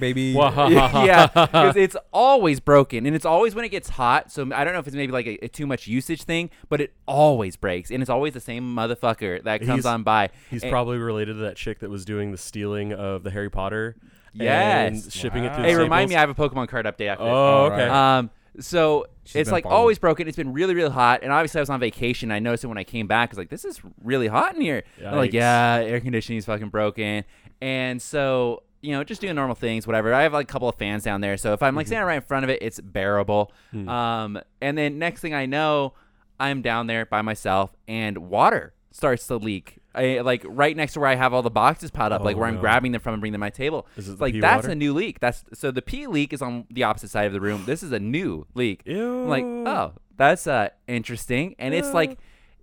C: baby.
A: yeah, because it's always broken, and it's always when it gets hot. So I don't know if it's maybe like a, a too much usage thing, but it always breaks, and it's always the same motherfucker that comes
B: He's-
A: on by.
B: He's
A: And-
B: probably related to that chick that was doing the stealing of the Harry Potter.
A: Yes.
B: and shipping it
C: Wow.
B: through.
A: Hey, remind
B: Staples.
A: me, I have a Pokemon card update after. this.
B: Oh, okay.
A: Um, so
C: She's
A: it's
C: been
A: like
C: following.
A: always broken. It's been really, really hot. And obviously, I was on vacation. I noticed it when I came back. I was like, this is really hot in here. I'm like,
B: Yikes.
A: yeah, air conditioning's fucking broken. And so, you know, just doing normal things, whatever. I have like a couple of fans down there. So if
B: Mm-hmm.
A: I'm like standing right in front of it, it's bearable.
B: Hmm.
A: Um, and then next thing I know, I'm down there by myself and water starts to leak. I, like right next to where I have all the boxes piled up, like where I'm
B: Oh, no.
A: grabbing them from and bringing them to my table.
B: Is it the
A: like
B: pee
A: that's
B: water?
A: a new leak. That's so the pee leak is on the opposite side of the room. This is a new leak. I'm like,
B: Ew.
A: oh, that's uh interesting. And it's like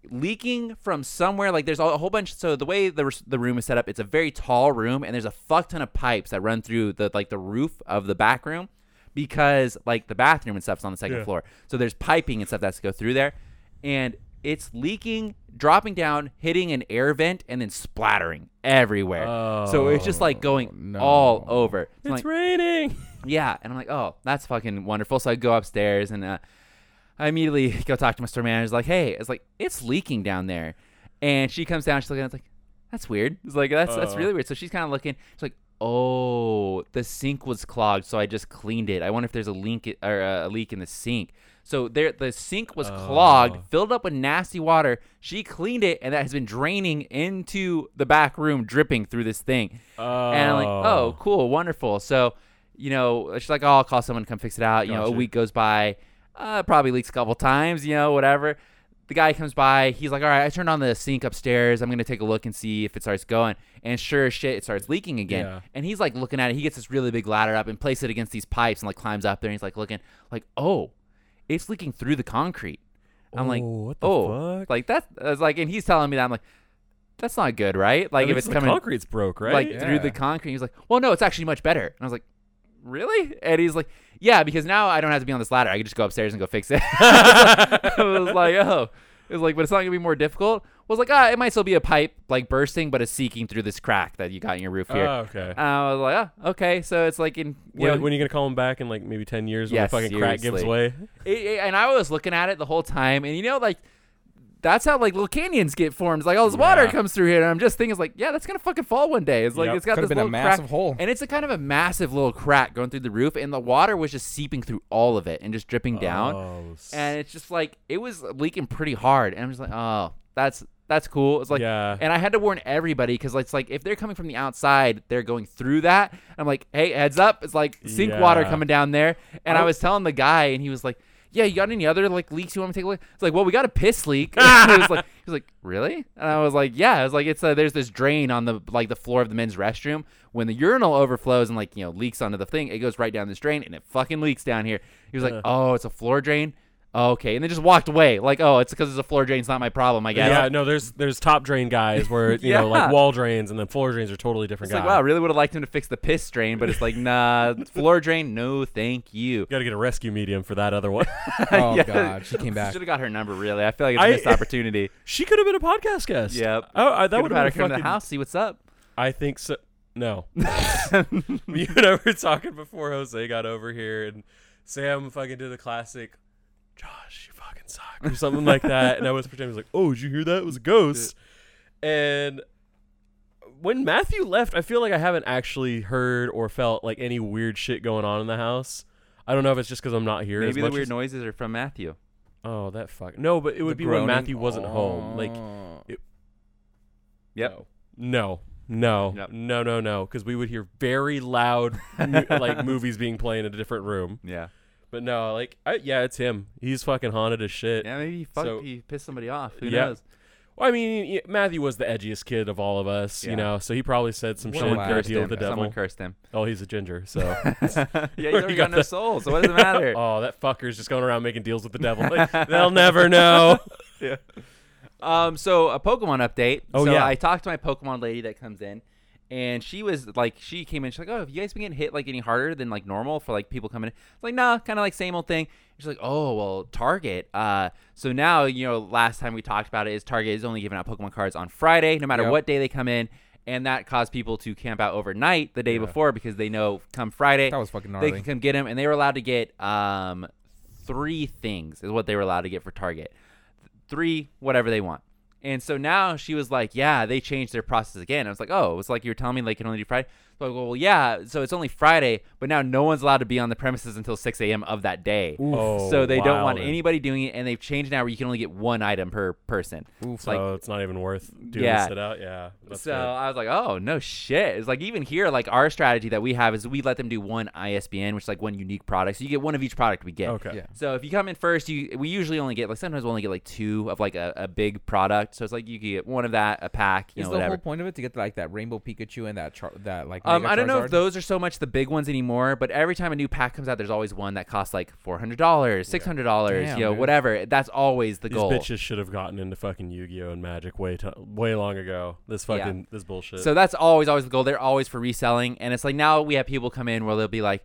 A: leaking from somewhere. Like there's a whole bunch. So the way the res- the room is set up, it's a very tall room, and there's a fuck ton of pipes that run through the like the roof of the back room, because like the bathroom and stuff's on the second
B: Yeah.
A: floor. So there's piping and stuff that's go through there, and it's leaking, dropping down, hitting an air vent, and then splattering everywhere. so it's just like going
C: no.
A: all over. So I'm
B: Oh, it's
A: like,
B: raining.
A: yeah, and I'm like, oh, that's fucking wonderful. So I go upstairs and uh, I immediately go talk to my store manager. Like, hey, it's like it's leaking down there, and she comes down. She's looking. It's like, that's weird. It's like that's that's
B: Uh.
A: really weird. So she's kind of looking. She's like, oh, the sink was clogged, so I just cleaned it. I wonder if there's a leak or uh, a leak in the sink. So there, the sink was
B: Oh.
A: clogged, filled up with nasty water. She cleaned it, and that has been draining into the back room, dripping through this thing. And I'm like, oh, cool, wonderful. So, you know, she's like, oh, I'll call someone to come fix it out. You know, a
B: Gotcha.
A: week goes by, uh, probably leaks a couple times, you know, whatever. The guy comes by, he's like, all right, I turned on the sink upstairs. I'm going to take a look and see if it starts going. And sure as shit, it starts leaking again.
B: Yeah.
A: And he's like looking at it. He gets this really big ladder up and places it against these pipes and like climbs up there. And he's like looking, like, oh, it's leaking through the concrete. I'm like,
B: Oh, what the
A: oh,
B: fuck?
A: like that's I was like, and he's telling me that I'm like, that's not good, right? Like
B: At
A: if
B: least
A: it's
B: the
A: coming
B: concrete's broke, right?
A: like through the
C: Yeah.
A: concrete. He was like, "Well, no, it's actually much better." And I was like, "Really?" And he's like, "Yeah, because now I don't have to be on this ladder. I can just go upstairs and go fix it." I was like, "Oh." It was like, but it's not gonna be more difficult. I was like, ah, it might still be a pipe like bursting, but it's seeking through this crack that you got in your roof here.
B: Oh, okay.
A: And I was like, oh, okay. So it's like in you
B: when,
A: know,
B: when are you gonna call him back in like maybe ten years
A: Yeah,
B: when the fucking crack gives
A: seriously.
B: way?
A: it- it- and I was looking at it the whole time, and you know, like that's how like little canyons get formed. It's like all this water
B: Yeah.
A: comes through here, and I'm just thinking, it's like, yeah, that's gonna fucking fall one day. It's like
B: Yep.
A: it's got
C: Could've
A: this
C: been a
A: little
C: massive
A: crack,
C: hole.
A: and it's a kind of a massive little crack going through the roof, and the water was just seeping through all of it and just dripping down.
B: Oh, s-
A: And it's just like it was leaking pretty hard, and I'm just like, oh, that's that's cool. It's like,
B: Yeah.
A: and I had to warn everybody because it's like if they're coming from the outside, they're going through that. I'm like, hey, heads up, it's like sink water
B: Yeah.
A: coming down there. And I
B: I-
A: was telling the guy, and he was like. Yeah, you got any other like leaks you want me to take a look? It's like, well, we got a piss leak. And he was like, he was like, really? And I was like, yeah. I was like, it's uh, there's this drain on the like the floor of the men's restroom. When the urinal overflows and like you know leaks onto the thing, it goes right down this drain and it fucking leaks down here. He was like, oh, it's a floor drain. "Oh, okay, and then just walked away. Like, oh, it's because it's a floor drain. It's not my problem, I guess.
B: Yeah, no, there's there's top drain guys where you
A: Yeah.
B: know like wall drains and then floor drains are totally different
A: It's like,
B: guys.
A: wow, I really would have liked him to fix the piss drain, but it's like, nah, floor drain, no, thank you.
B: You gotta get a rescue medium for that other one.
C: Oh god, she came back.
A: Should have got her number, really. I feel like it's
B: I-
A: a missed opportunity.
B: she could have been a podcast guest.
A: Yep.
B: Oh, I, that
A: That would
B: would
A: have had
B: have
A: her come
B: been
A: to the
B: fucking.
A: house, see what's up.
B: I think so. No. you and I were talking before Jose got over here, and Sam fucking did a classic. Josh, you fucking suck, or something like that. And I was pretending, I was like, "Oh, did you hear that? It was a ghost." And when Matthew left, I feel like I haven't actually heard or felt like any weird shit going on in the house. I don't know if it's just because I'm not here. as
A: Maybe the
B: much
A: weird
B: as-
A: noises are from Matthew.
B: Oh, that fuck. No, but it would
C: The
B: be
C: groaning.
B: when Matthew wasn't home. Like,
C: Oh.
A: Yep.
B: no, no,
A: Yep.
B: no, no, no, because we would hear very loud mu- like movies being playing in a different room.
A: Yeah.
B: But no, like, I, yeah, it's him. He's fucking haunted as shit.
A: Yeah, maybe he fucked,
B: So-
A: he pissed somebody off. Who
B: Yeah.
A: knows?
B: Well, I mean, y- Matthew was the edgiest kid of all of us,
A: Yeah.
B: you know, so he probably said some shit
A: Someone
C: Wow.
B: that
A: cursed
B: deal
A: him.
B: with the
A: Someone
B: devil.
A: cursed him.
B: Oh, he's a ginger, so.
A: yeah, he's already
B: got
A: got no
B: that.
A: soul, so what does it matter?
B: oh, that fucker's just going around making deals with the devil. Like, they'll never know.
A: Um, so a Pokemon update.
B: Oh,
A: so
B: yeah.
A: I talked to my Pokemon lady that comes in, and she was like, she came in, she's like, oh, have you guys been getting hit like any harder than like normal for like people coming in? It's like, nah, kind of like same old thing. She's like, oh, well, Target. Uh, so now you know, last time we talked about it is Target is only giving out Pokemon cards on Friday, no matter
C: Yep.
A: what day they come in. And that caused people to camp out overnight the day
B: Yeah.
A: before because they know come Friday
C: That was fucking
A: they can
C: gnarly.
A: come get them, and they were allowed to get um, three things is what they were allowed to get for Target, three whatever they want. And so now she was like, "Yeah, they changed their process again." I was like, "Oh, it's like you were telling me they can only do Friday." So I go, "Well, yeah, so it's only Friday, but now no one's allowed to be on the premises until 6 a.m. of that day."
B: Oh,
A: so they don't want
B: wowzers.
A: anybody doing it, and they've changed now where you can only get one item per person.
C: Oof.
A: It's like
B: so it's not even worth doing
A: Yeah.
B: this it out. Yeah. that's
A: so
B: good.
A: I was like, oh no shit. It's like even here, like our strategy that we have is we let them do one ISBN, which is like one unique product. So you get one of each product we get.
B: Okay.
C: Yeah.
A: So if you come in first, you we usually only get like sometimes we only get like two of like a, a big product. So it's like you could get one of that, a pack, you
C: Is
A: know,
C: the
A: whatever.
C: whole point of it to get like that rainbow Pikachu and that char- that like?
A: Um,
C: Mega
A: I don't know if
C: Charizard?
A: those are so much the big ones anymore, but every time a new pack comes out, there's always one that costs like four hundred dollars, six hundred dollars,
C: Damn,
A: you know,
C: dude.
A: whatever. That's always the
B: These
A: goal.
B: bitches should have gotten into fucking Yu-Gi-Oh and Magic way t- way long ago. This
A: Yeah.
B: fucking this bullshit.
A: So that's always always the goal. They're always for reselling, and it's like now we have people come in where they'll be like,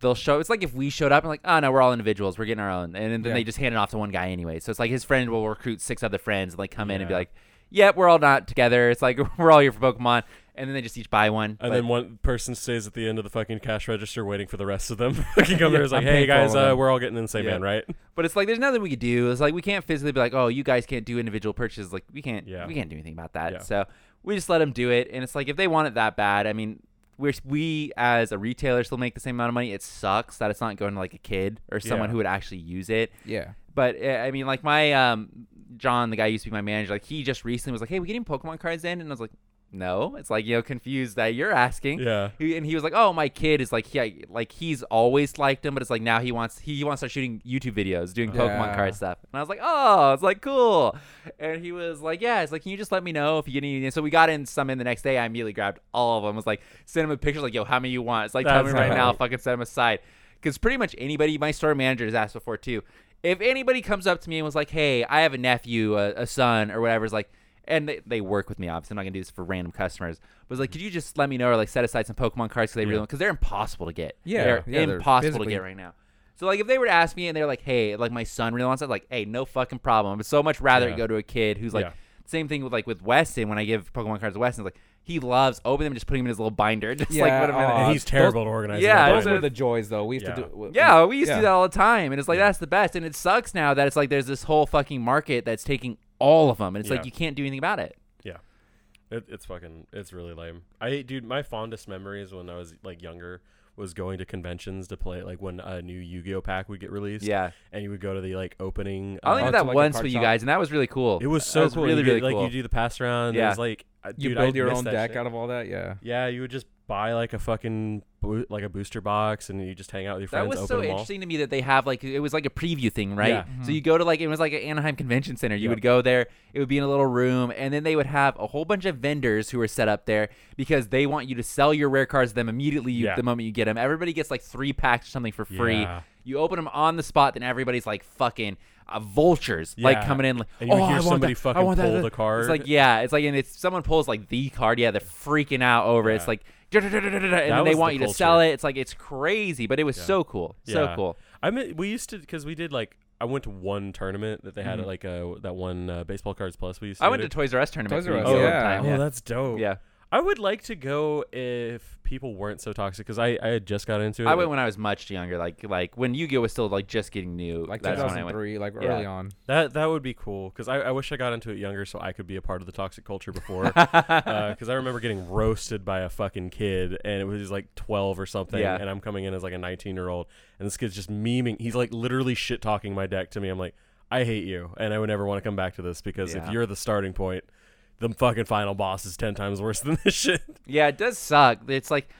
A: they'll show. It's like if we showed up and like, oh no, we're all individuals, we're getting our own, and then
C: Yeah.
A: they just hand it off to one guy anyway. So it's like his friend will recruit six other friends and like come in and be
B: Yeah.
A: like, yep, we're all not together. It's like we're all here for Pokemon, and then they just each buy one.
B: and
A: But-
B: then one person stays at the end of the fucking cash register waiting for the rest of them. Fucking come
C: Yeah,
B: there is like,
C: I'm
B: hey
C: paying for all
B: guys,
C: of
B: uh,
C: them."
B: we're all getting in the same
A: Yeah.
B: van, right?
A: But it's like there's nothing we could do. It's like we can't physically be like, oh, you guys can't do individual purchases. Like we can't,
B: Yeah.
A: we can't do anything about that.
B: Yeah.
A: So we just let them do it. And it's like if they want it that bad, I mean, we're we as a retailer still make the same amount of money. It sucks that it's not going to like a kid or someone
B: Yeah.
A: who would actually use it.
C: Yeah.
A: But eh, I mean, like my um, John, the guy who used to be my manager, like he just recently was like, hey, we getting Pokemon cards in? And I was like, no. It's like you know, confused that you're asking.
B: Yeah.
A: He, and he was like, "Oh, my kid is like, yeah, like he's always liked him, but it's like now he wants he wants to start shooting YouTube videos, doing Pokemon
C: Yeah.
A: card stuff." And I was like, "Oh, it's like cool." And he was like, "Yeah, it's like, can you just let me know if you get any?" And so we got in some in the next day. I immediately grabbed all of them. Was like, sent him a picture, like, "Yo, how many you want?" It's like, tell me
B: That's
A: right
B: right.
A: now, fucking set them aside, because pretty much anybody, my store manager has asked before too. If anybody comes up to me and was like, "Hey, I have a nephew, a, a son, or whatever," is like, and they, they work with me obviously i'm not gonna do this for random customers but it's like could you just let me know or like set aside some pokemon cards because they really because they're impossible to get
C: Yeah,
A: they're
C: yeah, they're
A: impossible to
C: physically-
A: get right now so like if they were to ask me and they're like hey like my son really wants it like hey no fucking problem i'd so much rather
B: Yeah.
A: go to a kid who's like
B: Yeah.
A: same thing with like with weston when i give pokemon cards to weston like he loves open them just putting them in his little binder just like
C: Yeah,
A: put 'em in
C: aw,
A: there.
B: and he's
C: those-
B: terrible at organizing.
A: yeah, those
B: that lineup.
A: are
C: Those were the joys though. We used
B: Yeah.
C: to do. w-
A: Yeah, we used to
C: yeah.
A: do that all the time, and it's like that's the best. And it sucks now that it's like there's this whole fucking market that's taking all of them, and it's
B: Yeah.
A: like you can't do anything about it.
B: Yeah. It, it's fucking it's really lame. I dude, my fondest memories when I was like younger was going to conventions to play like when a new Yu-Gi-Oh pack would get released.
A: Yeah.
B: And you would go to the like opening
A: I only
B: uh,
A: did
C: Oh,
A: that
C: to, like, a
A: once
C: card
A: with you
C: shop?
A: guys, and that was really cool.
B: It was so
A: That was
B: cool.
A: Really,
B: you did,
A: really
B: like
A: cool.
B: you do the pass around. Yeah.
A: Yeah.
B: It was like I-
C: You
B: dude, I
C: build your
B: miss
C: own
B: that
C: deck
B: shit.
C: out of all that. Yeah.
B: Yeah, you would just buy like a fucking bo- like a booster box and you just hang out with your
A: That
B: friends.
A: was
B: open
A: so
B: them all.
A: interesting to me that they have like it was like a preview thing, right?
B: Yeah. Mm-hmm.
A: So you go to like it was like an Anaheim Convention Center. You
B: Yep.
A: would go there. It would be in a little room, and then they would have a whole bunch of vendors who are set up there because they want you to sell your rare cards to them immediately you,
B: Yeah.
A: the moment you get them. Everybody gets like three packs or something for free.
B: Yeah.
A: You open them on the spot, then everybody's like fucking uh, vultures, like
B: Yeah.
A: coming in. Like,
B: And you
A: oh,
B: hear
A: I want
B: somebody
A: that. I
B: fucking
A: want that.
B: pull the
A: It's
B: card.
A: like yeah, it's like and if someone pulls like the card, yeah, they're freaking out over it. It's
B: Yeah.
A: like. And then they
B: was the
A: want you to sell
B: culture.
A: it it's like it's crazy, but it was so cool, so
B: Yeah.
A: cool.
B: I mean, we used to because we did like I went to one tournament that they had at like uh, that one uh, baseball cards plus. We used to
A: Mm-hmm. I
B: go
A: went to Toys R Us tournament.
C: Toys R
A: for
C: Us,
A: a long
C: yeah.
A: time,
B: Oh,
A: yeah.
B: that's dope.
A: Yeah.
B: I would like to go if people weren't so toxic because I, I had just got into it.
A: I went when I was much younger, like like when Yu Gi Oh was still like just getting new.
C: like
A: that's when I went.
C: 2003, like
A: Yeah.
C: early on.
B: That that would be cool because I, I wish I got into it younger so I could be a part of the toxic culture before. Because I remember getting roasted by a fucking kid and it was like twelve or something,
A: Yeah.
B: and I'm coming in as like a nineteen year old, and this kid's just memeing. He's like literally shit talking my deck to me. I'm like, I hate you, and I would never want to come back to this because
A: Yeah.
B: if you're the starting point, the fucking final boss is ten times worse than this shit.
A: Yeah, it does suck. It's like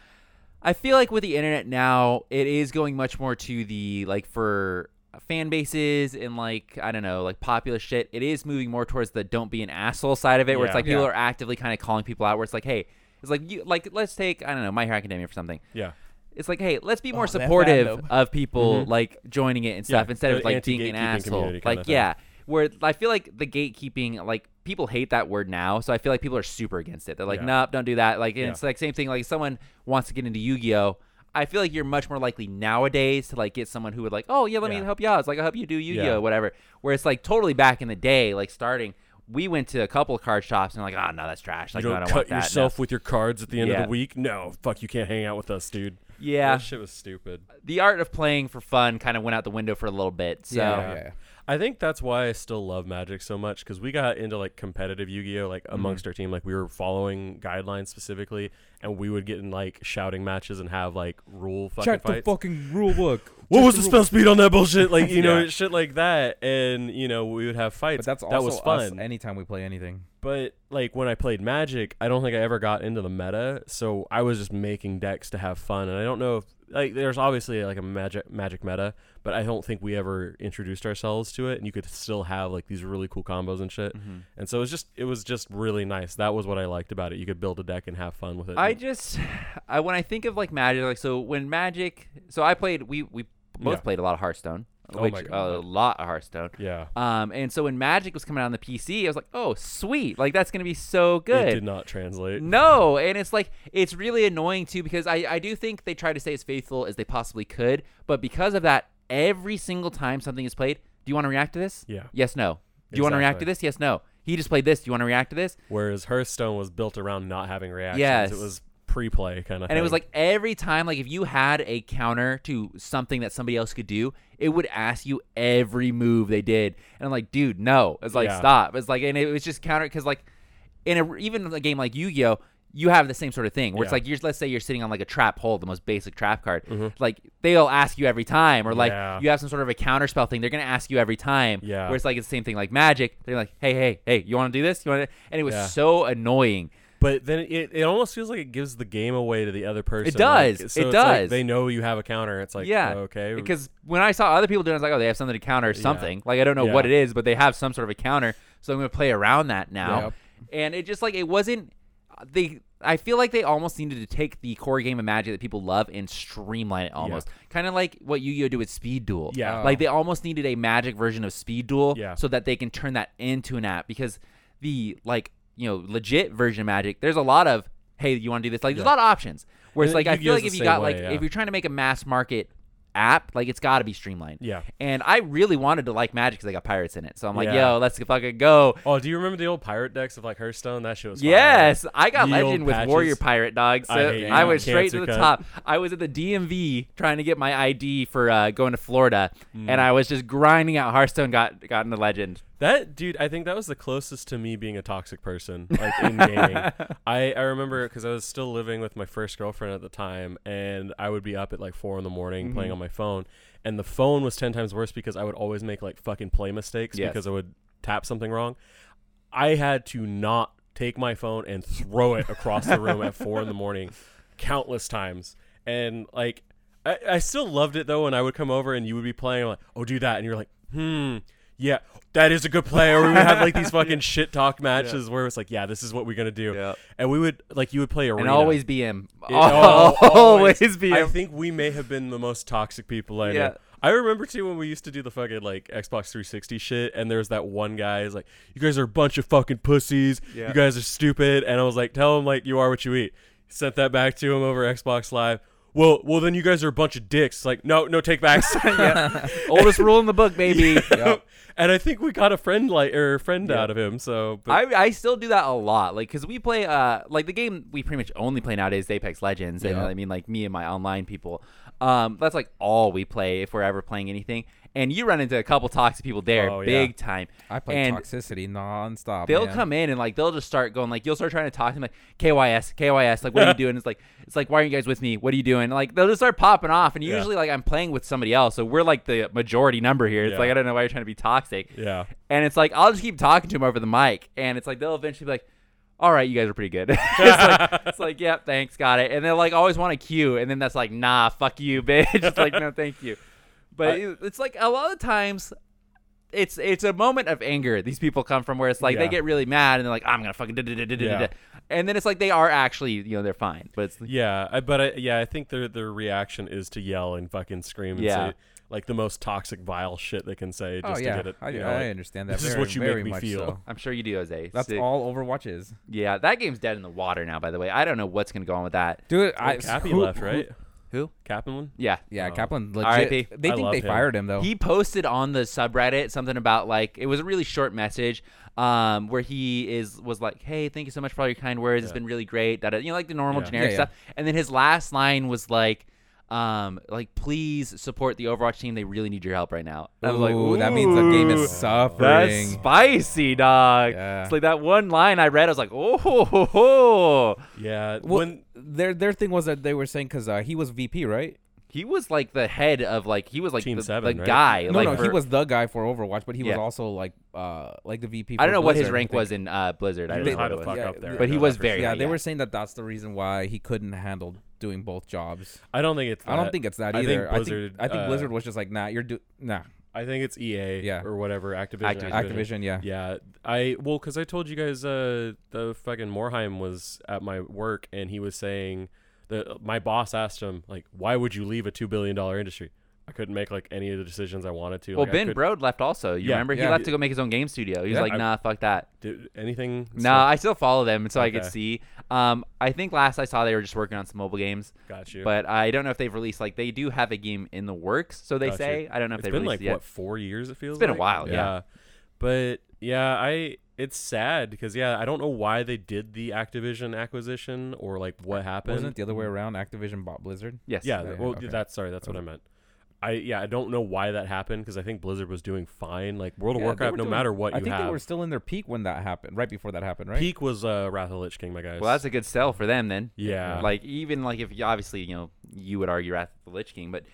A: I feel like with the internet now, it is going much more to the like for fan bases and like I don't know, like popular shit. It is moving more towards the don't be an asshole side of it, where it's
B: Yeah.
A: like people
C: Yeah.
A: are actively kind of calling people out. Where it's like, hey, it's like you like let's take I don't know, My Hero Academia for something.
B: Yeah.
A: It's like, hey, let's be more
D: Oh, that
A: supportive
D: fandom.
A: of people like joining it and stuff
B: Yeah,
A: instead of
B: the
A: like being an
B: anti-gatekeeping
A: asshole.
B: community kinda
A: Like,
B: thing.
A: yeah, where I feel like the gatekeeping, like people hate that word now, so I feel like people are super against it. They're like,
B: Yeah.
A: nope, don't do that. Like, and
B: Yeah.
A: it's like same thing. Like, if someone wants to get into Yu-Gi-Oh. I feel like you're much more likely nowadays to like get someone who would like, oh yeah, let me
B: Yeah.
A: help you out. It's like I'll help you do Yu-Gi-Oh,
B: Yeah.
A: whatever. Where it's like totally back in the day, like starting, we went to a couple card shops and like, oh no, that's trash. Like,
B: you
A: no, I
B: don't,
A: don't want that.
B: cut
A: No."
B: yourself with your cards at the end
A: Yeah.
B: of the week. No, fuck, you can't hang out with us, dude.
A: Yeah,
B: That shit was stupid.
A: the art of playing for fun kind of went out the window for a little bit. So
C: Yeah.
B: Yeah. I think that's why I still love Magic so much because we got into like competitive Yu Gi Oh! like
C: Mm-hmm.
B: amongst our team. Like we were following guidelines specifically, and we would get in like shouting matches and have like rule fucking
C: Check the
B: fights.
C: fucking rule book.
B: what
C: Check
B: was the
C: rule-
B: spell speed on that bullshit? Like you know
C: Yeah.
B: shit like that, and you know we would have
C: But
B: fights.
C: that's also
B: that was fun.
C: us anytime we play anything.
B: but like when I played Magic, I don't think I ever got into the meta, so I was just making decks to have fun. And I don't know if like there's obviously like a Magic Magic meta, but I don't think we ever introduced ourselves to it. And you could still have like these really cool combos and shit.
A: Mm-hmm.
B: And so it was just it was just really nice. That was what I liked about it. You could build a deck and have fun with it.
A: I
B: And-
A: just, I when I think of like Magic, like so when Magic, so I played, we we both
B: Yeah.
A: played a lot of Hearthstone,
B: Oh
A: which
B: my
A: a
B: God.
A: lot of Hearthstone.
B: yeah,
A: Um, and so when Magic was coming out on the PC, I was like, oh sweet, like that's gonna be so
B: it
A: good.
B: did not translate.
A: No, and it's like it's really annoying too because I I do think they try to stay as faithful as they possibly could, but because of that, every single time something is played, do you want to react to this?
B: Yeah.
A: Yes. No. Do you want to react to
B: Exactly.
A: this? Yes. No. He just played this. Do you want to react to this?
B: Whereas Hearthstone was built around not having reactions.
A: Yes.
B: It was pre-play kind of.
A: And it was like every time, like if you had a counter to something that somebody else could do, it would ask you every move they did. And I'm like, dude, no. It's like
B: Yeah.
A: stop. It's like, and it was just counter because like in a even a game like Yu-Gi-Oh, you have the same sort of thing where it's
B: Yeah. Mm-hmm.
A: like you're let's say you're sitting on like a trap hold, the most basic trap card. Like they'll ask you every time, or like
B: Yeah.
A: you have some sort of a counter spell thing, they're gonna ask you every time.
B: Yeah.
A: Where it's like it's the same thing like magic. They're like, hey, hey, hey, you want to do this? You want to? And it was
B: Yeah.
A: so annoying.
B: But then it, it almost feels like it gives the game away to the other person.
A: does.
B: Like,
A: It
B: it's like
A: does.
B: they know you have a counter. It's like,
A: yeah.
B: oh, okay.
A: Because when I saw other people doing, it, I was like, oh, they have something to counter something. Like I don't know what it
B: Yeah.
A: is, but they have some sort of a counter. So I'm gonna play around that now.
C: Yep.
A: And it just like it wasn't. uh, They. I feel like they almost needed to take the core game of Magic that people love and streamline it almost, kind of like what Yu-Gi-Oh do with Speed Duel.
B: Yeah.
C: Oh.
A: Like they almost needed a Magic version of Speed Duel,
B: Yeah.
A: so that they can turn that into an app because the like you know legit version of Magic, there's a lot of hey, you want to do this? Like there's a lot of options. Whereas
B: And
A: like I feel
B: Yu-Gi-Oh's
A: like
B: the
A: if you
B: same
A: got
B: way,
A: like
B: yeah.
A: if you're trying to make a mass market app, like it's got to be streamlined.
B: Yeah.
A: And I really wanted to like Magic because I got pirates in it, so I'm like,
B: Yeah.
A: yo, let's fucking go.
B: oh, do you remember the old pirate decks of like Hearthstone? That shit was fire.
A: Yes, I got
B: Ye olde
A: legend with
B: patches.
A: Warrior Pirate Dog, so
B: I hate
A: I,
B: you,
A: was straight to
B: cancer
A: the
B: cut.
A: top. I was at the DMV trying to get my ID for uh, going to Florida,
B: Hmm.
A: and I was just grinding out Hearthstone. Got got into legend.
B: That dude, I think that was the closest to me being a toxic person, like in gaming. I, I remember because I was still living with my first girlfriend at the time, and I would be up at like four in the morning
A: Mm-hmm.
B: playing on my phone, and the phone was ten times worse because I would always make like fucking play mistakes
A: Yes.
B: because I would tap something wrong. I had to not take my phone and throw it across the room at four in the morning. countless times, and like I, I still loved it though when I would come over and you would be playing. I'm like, oh, do that, and you're like, hmm. Yeah, that is a good play. Or we would have like these fucking shit talk matches where it's like, yeah, this is what we're gonna do,
A: Yeah.
B: and we would like you would play arena
A: and always be him.
B: it-
A: always,
B: oh,
A: be
B: I
A: him.
B: think we may have been the most toxic people I
A: Yeah.
B: know. I remember too when we used to do the fucking like Xbox 360 shit, and there was that one guy is like, "You guys are a bunch of fucking pussies.
A: Yeah.
B: You guys are stupid." And I was like, "Tell him like you are what you eat." Sent that back to him over Xbox Live. Well, well, then you guys are a bunch of dicks. Like, no, no take backs.
A: Oldest rule in the book, baby.
B: And I think we got a friend like or a friend out of him. So, but,
A: I, I still do that a lot, like because we play uh like the game we pretty much only play nowadays is Apex Legends, and
C: Yeah.
A: I mean like me and my online people, um that's like all we play if we're ever playing anything. And you run into a couple toxic people there,
B: Oh, yeah.
A: big time.
C: I play
A: and
C: toxicity nonstop.
A: They'll
C: man.
A: come in and like they'll just start going like you'll start trying to talk to them like KYS KYS like what are you doing? It's like it's like why aren't you guys with me? What are you doing? Like they'll just start popping off, and
B: Yeah.
A: usually like I'm playing with somebody else, so we're like the majority number here. It's
B: Yeah.
A: like I don't know why you're trying to be toxic.
B: yeah.
A: And it's like I'll just keep talking to him over the mic, and it's like they'll eventually be like, "All right, you guys are pretty good." it's like, it's like, "Yep, thanks, got it." And they'll like always want a cue, and then that's like, "Nah, fuck you, bitch." it's like, "No, thank you." But
B: I-
A: it- it's like a lot of times, it's it's a moment of anger. These people come from where it's like they
B: Yeah.
A: get really mad, and they're like, "I'm gonna fucking," da- da- da- da- da- da-
B: Yeah.
A: da." and then it's like they are actually, you know, they're fine, but it's
B: Yeah, I, but I, yeah, I think their their reaction is to yell and fucking scream and
A: Yeah.
B: say like the most toxic, vile shit they can say
C: Oh
B: just to
C: yeah,
B: get it.
C: I,
B: you
C: do-
B: know,
C: I
B: like,
C: understand that.
B: this is
C: very,
B: what you make
C: very
B: me
C: much
B: feel.
C: so.
A: I'm sure you do, Jose.
C: That's
A: Sick.
C: all Overwatch is,
A: Yeah, that game's dead in the water now. By the way, I don't know what's gonna go on with that.
C: dude.
B: I,
C: I
B: Cappy
C: who-
B: left, right?
A: Who?
B: Kaplan?
A: Yeah,
C: Yeah,
B: Oh.
C: Kaplan. Legit,
A: R.I.P..
C: They
B: I
C: think
B: love
C: they
B: him.
C: fired him though.
A: He posted on the subreddit something about like it was a really short message, um, where he is was like, "Hey, thank you so much for all your kind words. It's
B: Yeah.
A: been really great." That you know, like the normal
B: Yeah.
A: generic
C: Yeah, yeah.
A: stuff. And then his last line was like, um, "Like please support the Overwatch team. They really need your help right now." And I was like,
C: Ooh, that means the game
A: "Ooh,
C: is
A: That's
C: suffering.
A: spicy, dog.
C: Yeah.
A: It's like that one line I read. I was like, "Oh, ho, ho, ho."
B: Yeah.
C: Well,
B: when
C: their their thing was that they were saying because uh, he was VP, right?
A: he was like the head of like he was like
B: Team
A: the,
B: Seven,
A: the
B: right?
A: guy.
C: No,
A: like,
C: no, he
A: for-
C: was the guy for Overwatch, but he
A: Yeah.
C: was also like uh like the VP.
A: I don't
C: for
A: know what his
C: Blizzard,
A: rank
C: I think.
A: was in uh, Blizzard. I
B: he
A: don't
B: was
A: know
B: high
A: what
B: to
A: it was.
B: fuck
C: yeah,
B: up there,
A: but he
B: no,
A: was
B: that's for
A: very-
B: sure.
C: Yeah, they
A: yeah.
C: were saying that that's the reason why he couldn't handle doing both jobs.
B: I don't think it's.
C: I don't
B: that.
C: think it's that
B: I think
C: either. I think
B: Blizzard,
C: I think
B: uh,
C: Blizzard was just like, nah, you're do nah.
B: I think it's EA.
C: Yeah.
B: Or whatever. Activision.
A: Activision.
C: Activision, yeah.
B: Yeah, I well, because I told you guys uh, the fucking Morheim was at my work, and he was saying that my boss asked him like, "Why would you leave a two billion dollar industry?" I couldn't make like any of the decisions I wanted to.
A: Well,
B: like, I
A: Ben
B: could-
A: Brode left also. You
B: Yeah.
A: remember he
C: Yeah.
A: left to go make his own game studio. He was
C: Yeah.
A: like,
B: I-
A: "Nah, fuck that."
B: did anything?
A: No, I still follow them, so I could
B: Okay.
A: see. Um, I think last I saw they were just working on some mobile games,
B: got you.
A: but I don't know if they've released. Like they do have a game in the works, so they
B: Gotcha.
A: say. I don't know if
B: it's
A: they've
B: been like
A: released it yet.
B: what four years it feels
A: been a
B: like?
A: while, yeah.
B: but yeah i it's sad because yeah i don't know why they did the activision acquisition or like what happened
C: Wasn't it the other way around? Activision bought Blizzard.
A: Yes.
B: yeah
C: Yeah,
B: well
C: okay.
B: that's sorry that's what i meant i yeah i don't know why that happened because i think blizzard was doing fine like world of
C: Yeah, they
B: warcraft
C: were
B: no
C: doing-
B: matter what
C: I
B: you
C: think
B: have
C: they were still in their peak when that happened, right before that happened, right?
B: peak was uh wrath of the lich king my guys
A: Well, that's a good sell for them then.
B: Yeah.
A: Like even like if you- obviously you know you would argue Wrath of the Lich King, but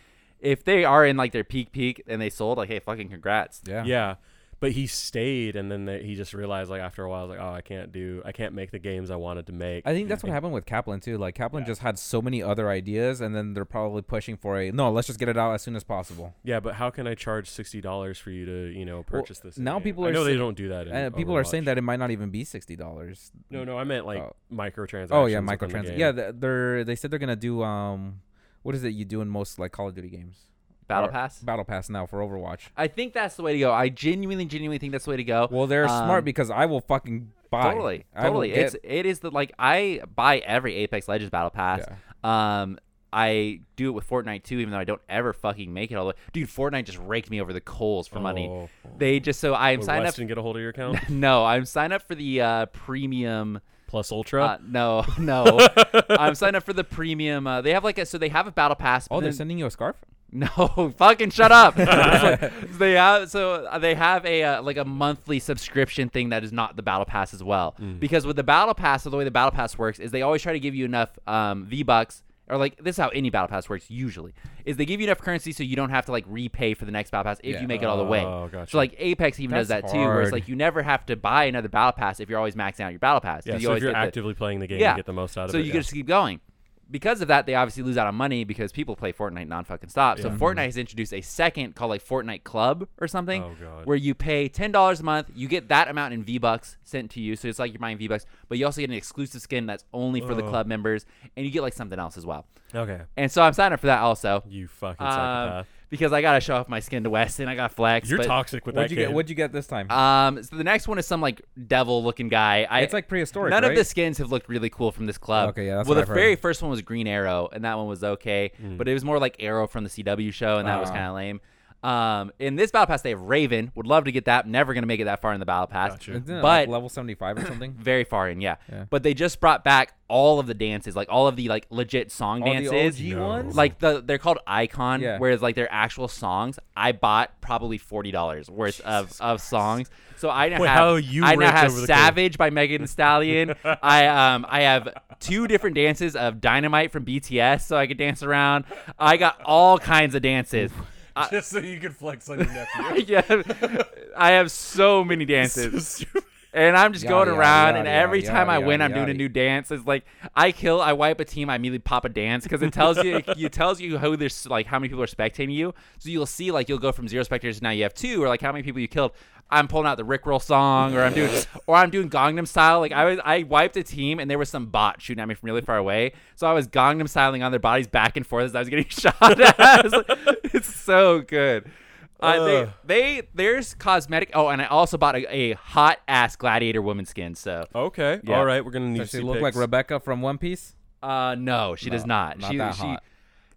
A: if they are in like their peak peak and they sold, like hey, fucking congrats.
C: Yeah.
B: yeah but he stayed and then they, he just realized like after a while like oh i can't do i can't make the games i wanted to make
C: I think that's what happened with Kaplan too. Like Kaplan just had so many other ideas, and then they're probably pushing for a no. Let's just get it out as soon as possible.
B: Yeah, but how can I charge sixty dollars for you to you know purchase this?
C: now
B: game?
C: people
B: I
C: are
B: know they
C: say-
B: don't do that. In
C: And people are saying
B: Overwatch.
C: that it might not even be sixty dollars.
B: No, no, I meant like
C: Oh.
B: microtransactions.
C: Oh yeah,
B: within the
C: microtrans.
B: game.
C: Yeah, th- they're they said they're gonna do um, what is it you do in most like Call of Duty games?
A: Battle
C: Or-
A: Pass.
C: Battle Pass now for Overwatch.
A: I think that's the way to go. I genuinely, genuinely think that's the way to go.
C: Well, they're
A: Um,
C: smart because I will fucking buy.
A: Totally,
C: I will
A: totally.
C: get-
A: It's it is the like I buy every Apex Legends Battle Pass. Um, I do it with Fortnite too, even though I don't ever fucking make it all the way. Dude, Fortnite just raked me over the coals for money.
B: Oh.
A: They just so I'm
B: Would
A: signed up.
B: Weston get a hold of your account
A: No, I'm signed up for the uh, premium.
B: plus Ultra.
A: Uh, no, no, I'm signed up for the premium. Uh, they have like a so they have a battle pass. but
C: Oh, they're
A: then-
C: sending you a scarf.
A: no, fucking shut up. they have so they have a uh, like a monthly subscription thing that is not the battle pass as well. Because with the battle pass, so the way the battle pass works is they always try to give you enough um, V bucks or like this is how any battle pass works usually is they give you enough currency so you don't have to like repay for the next battle pass if
C: Yeah.
A: you make it all the way.
B: Oh, gotcha.
A: So like Apex even does that
C: That's
A: too, where it's
C: hard.
A: like you never have to buy another battle pass if you're always maxing out your battle pass. 'cause
B: yeah,
A: you
B: so if
A: always
B: you're
A: get the-
B: actively playing the game, you get the most out of
A: so
B: it.
A: you
B: yeah.
A: can just keep going. because of that, they obviously lose out on money because people play Fortnite non fucking stop. So
B: Yeah. Mm-hmm.
A: Fortnite has introduced a second called like Fortnite Club or something,
B: Oh, God.
A: where you pay ten dollars a month, you get that amount in V Bucks sent to you. So it's like you're buying V Bucks, but you also get an exclusive skin that's only for the
B: Ugh.
A: club members, and you get like something else as well.
B: Okay.
A: And so I'm signing up for that also
B: You fucking
A: um,
B: psychopath.
A: because I gotta show off my skin to Wes and I gotta flex.
B: You're
A: but-
B: toxic with
C: What'd
B: that
C: you
B: kid.
C: get? What'd you get this time?
A: Um, so the next one is some like devil looking guy. I,
C: it's like prehistoric.
A: None
C: right?
A: of the skins have looked really cool from this club.
C: Okay, yeah, that's
A: well,
C: what
A: the
C: I've heard. Mm.
A: very first one was Green Arrow, and that one was okay, but it was more like Arrow from the CW show, and that was
C: Ah.
A: kind of lame. Um, in this battle pass, they have Raven. Would love to get that. Never gonna make it that far in the battle pass.
B: Gotcha.
C: Isn't it like
A: but-
C: level seventy five or something.
A: Very far in, yeah.
C: Yeah.
A: But they just brought back all of the dances, like all of the like legit song
C: All the
A: dances.
C: OG
B: No.
C: ones.
A: Like the they're called Icon,
C: Yeah.
A: whereas like they're actual songs. I bought probably forty dollars worth of of songs. So I now
B: Wait,
A: have
B: how you
A: I now
B: raked
A: have
B: over the coal.
A: Savage by Megan Thee Stallion. I um I have two different dances of Dynamite from BTS, so I could dance around. I got all kinds of dances. I-
B: Just so you could flex on your nephew.
A: yeah, I have so many dances. And I'm just
C: Yada,
A: going
C: yada,
A: around, and
C: yada,
A: every
C: yada,
A: time I
C: yada,
A: win, I'm
C: yada,
A: doing a
C: yada.
A: new dance. It's like I kill, I wipe a team, I immediately pop a dance because it tells you it, it tells you who there's like how many people are spectating you. So you'll see like you'll go from zero spectators to now you have two, or like how many people you killed. I'm pulling out the Rickroll song, or I'm doing, or I'm doing Gangnam Style. Like I was, I wiped a team, and there was some bot shooting at me from really far away. So I was Gangnam Styling on their bodies back and forth as I was getting shot at. It's like- it's so good. Uh,
B: Ugh.
A: they, they there's cosmetic. Oh, and I also bought a, a hot ass gladiator woman skin. So,
B: Okay.
A: Yeah.
B: All right. We're gonna need.
C: Does she
B: some
C: look like
B: pics.
C: Rebecca from One Piece?
A: uh, no, she does
C: No,
A: not.
C: not
A: she
C: that
A: she
C: hot.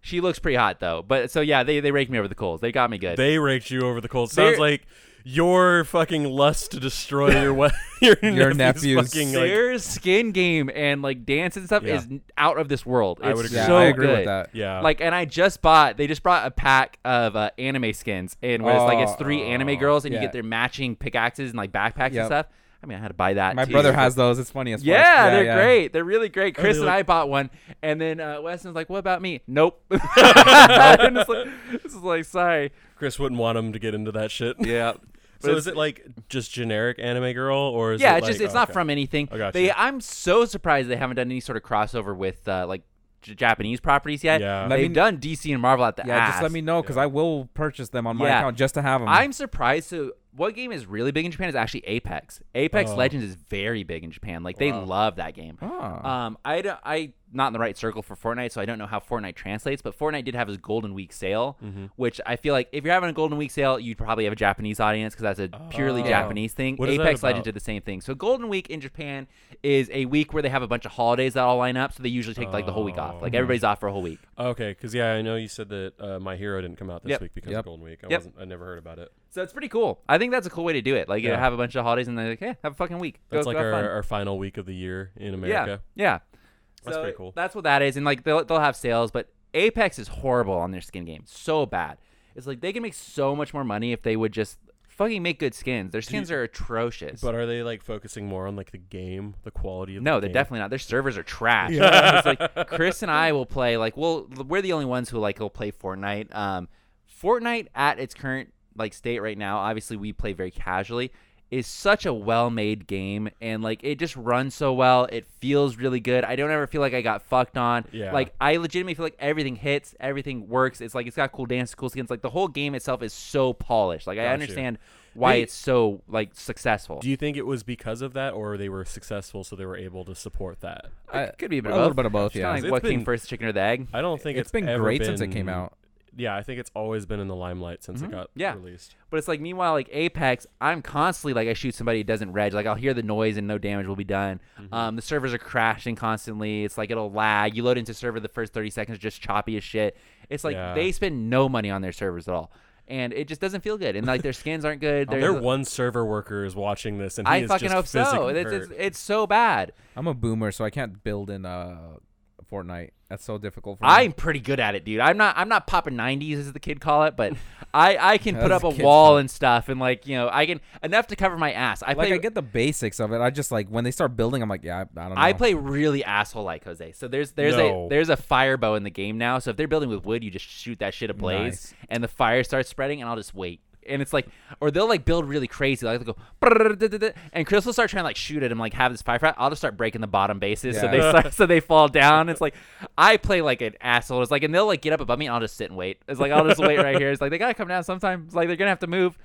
A: she looks pretty hot though. But so yeah, they they raked me over the coals. They got me good.
B: They raked you over the coals.
A: They're-
B: Sounds like your fucking lust to destroy your we- your,
C: Your
B: nephew's,
C: nephew's
B: fucking like,
A: Their skin game and like dance and stuff
B: Yeah.
A: is out of this world. It's
B: I would agree.
C: Yeah,
A: so
C: I agree
A: good.
C: with that.
B: yeah.
A: Like, and I just bought. They just brought a pack of uh, anime skins, and where it's like it's three
B: Oh,
A: anime girls, and you
C: yeah.
A: get their matching pickaxes and like backpacks and
C: Yep.
A: stuff. I mean, I had to buy that.
C: My
A: too.
C: brother has those. It's funny as fuck.
A: Yeah, they're great. They're really great. Chris and
B: like-
A: I bought one, and then uh, Weston's like, "What about me?" Nope. and it's like, this is like, sorry.
B: Chris wouldn't want him to get into that shit.
A: Yeah.
B: So is it like just generic anime girl or is
A: yeah,
B: it
A: it's just
B: like-
A: it's
B: oh,
A: not
B: okay.
A: from anything.
B: I gotcha.
A: They, I'm so surprised they haven't done any sort of crossover with uh, like j- Japanese properties yet.
B: Yeah.
C: Let
A: They've
C: me-
A: done DC and Marvel at the
C: Yeah, just
A: ass.
C: let me know because I will purchase them on my
A: Yeah.
C: account just to have them.
A: I'm surprised. So, what game is really big in Japan is actually Apex. Apex
B: Oh.
A: Legends is very big in Japan. Like they
B: Wow.
A: love that game.
B: Uh.
C: Ah.
A: Um, I don't, I not in the right circle for Fortnite, so I don't know how Fortnite translates. But Fortnite did have his Golden Week sale,
B: Mm-hmm.
A: which I feel like if you're having a Golden Week sale, you'd probably have a Japanese audience because that's a purely
B: Oh.
A: Japanese thing.
B: What is that
A: Apex Legends
B: about?
A: did the same thing. So Golden Week in Japan is a week where they have a bunch of holidays that all line up, so they usually take like the whole week off. Like
B: Oh.
A: everybody's off for a whole week.
B: Okay, because yeah, I know you said that uh, My Hero didn't come out this
A: Yep.
B: week because
C: Yep.
B: of Golden Week. I
A: Yep.
B: wasn't. I never heard about it.
A: So it's pretty cool. I think that's a cool way to do it. Like you
B: Yeah.
A: have a bunch of holidays and they're like, yeah, have a fucking week. Go,
B: That's
A: go
B: like
A: have
B: our,
A: fun.
B: our final week of the year in America.
A: Yeah, yeah.
B: That's
A: So
B: pretty cool.
A: That's what that is, and like they'll they'll have sales, but Apex is horrible on their skin game, so bad. It's like they can make so much more money if they would just fucking make good skins. Their skins are atrocious.
B: But are they like focusing more on like the game, the quality of
A: no,
B: the
A: they're
B: game?
A: definitely not. Their servers are trash. it's like Chris and I will play. Like, well, we're the only ones who like will play Fortnite. Um, Fortnite at its current like state right now, obviously we play very casually. Is such a well-made game, and like it just runs so well. It feels really good. I don't ever feel like I got fucked on.
B: Yeah.
A: Like I legitimately feel like everything hits, everything works. It's like it's got cool dances, cool skins. Like the whole game itself is so polished. Like I
B: Got you.
A: understand why
B: They-
A: it's so like successful.
B: Do you think it was because of that, or they were successful, so they were able to support that?
C: I-
A: It could be a, bit
C: a
A: of
C: little
A: both.
C: bit of both.
A: It's kinda
C: Yeah,
A: like
B: It's
A: what came
B: been-
A: first, chicken or the egg?
B: I don't think
C: it's been
B: ever
C: great since it came
B: been-
C: out.
B: Yeah, I think it's always been in the limelight since it got
A: Mm-hmm. Yeah.
B: released.
A: But it's like meanwhile, like Apex, I'm constantly like I shoot somebody, it doesn't reg. Like I'll hear the noise and no damage will be done.
B: Mm-hmm.
A: Um, the servers are crashing constantly. It's like it'll lag. You load into server the first 30 seconds, just choppy as shit. It's like
B: Yeah.
A: they spend no money on their servers at all, and it just doesn't feel good. And like their skins aren't good. There's
B: Oh, Their
A: a-
B: one server worker is watching this, and he
A: I
B: is
A: fucking
B: just
A: hope so.
B: physically
A: It's, it's
B: hurt.
A: it's so bad.
C: I'm a boomer, so I can't build in uh, Fortnite. That's so difficult for me.
A: I'm pretty good at it, dude. I'm not I'm not popping 90s as the kid call it, but I I can put up
C: That's
A: a
C: kids
A: wall
C: talk.
A: and stuff, and like you know I can enough to cover my ass. I
C: like
A: play
C: I get the basics of it. I just like when they start building, I'm like, yeah, I, I don't know.
A: I play really asshole like Jose. So there's there's a
B: No.
A: there's a fire bow in the game now. So if they're building with wood, you just shoot that shit ablaze,
C: Nice.
A: and the fire starts spreading, and I'll just wait. and it's like, or they'll like build really crazy. Like they'll go, "Brrr, da, da, da," and Chris will start trying to like shoot at him, like have this five frat. I'll just start breaking the bottom bases so
C: Yeah.
A: they start, so they fall down. It's like I play like an asshole. It's like, and they'll like get up above me, and I'll just sit and wait. It's like I'll just wait right here. It's like they gotta come down sometime. It's like they're gonna have to move.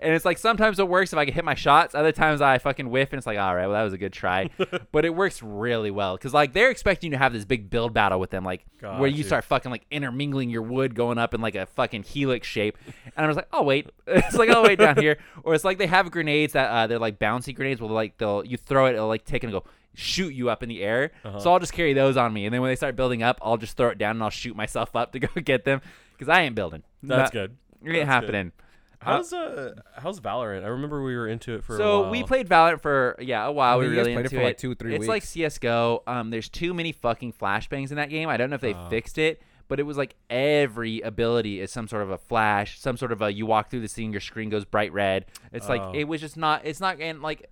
A: And it's like sometimes it works if I can hit my shots. Other times I fucking whiff, and it's like, all right, well that was a good try. but it works really well because like they're expecting you to have this big build battle with them, like
B: Got
A: where you
B: you.
A: start fucking like intermingling your wood going up in like a fucking helix shape. And I was like, oh wait, it's like oh wait down here, or it's like they have grenades that uh, they're like bouncy grenades. Well, like they'll you throw it, it'll like take and go shoot you up in the air.
B: Uh-huh.
A: So I'll just carry those on me, and then when they start building up, I'll just throw it down and I'll shoot myself up to go get them because I ain't building.
B: That's
A: Not-
B: good.
A: It
B: That's
A: ain't
B: good.
A: happening.
B: How's uh how's Valorant? I remember we were into it for a
A: So
B: while.
A: we played Valorant for yeah a while.
C: I mean,
A: we
C: you guys
A: really
C: played it
A: into
C: for, like, two, three
A: It's like CS:GO. Um, there's too many fucking flashbangs in that game. I don't know if they
C: Uh-huh.
A: fixed it, but it was like every ability is some sort of a flash, some sort of a you walk through the scene, your screen goes bright red. It's
B: Oh.
A: like it was just not. It's not and like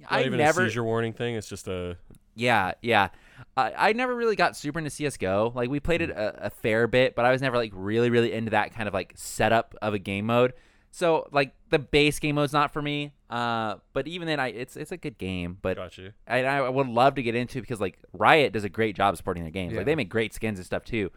B: Not
A: I
B: even
A: never
B: a seizure warning thing. It's just a
A: yeah, yeah. I, I never really got super into CSGO. Like, we played it
C: Mm.
A: a, a fair bit, but I was never, like, really, really into that kind of, like, setup of a game mode. So, like, the base game mode's not for me. Uh, but even then, I it's it's a good game, but
B: got you.
A: I, I would love to get into because, like, Riot does a great job supporting their games.
C: Yeah.
A: Like, they make great skins and stuff, too.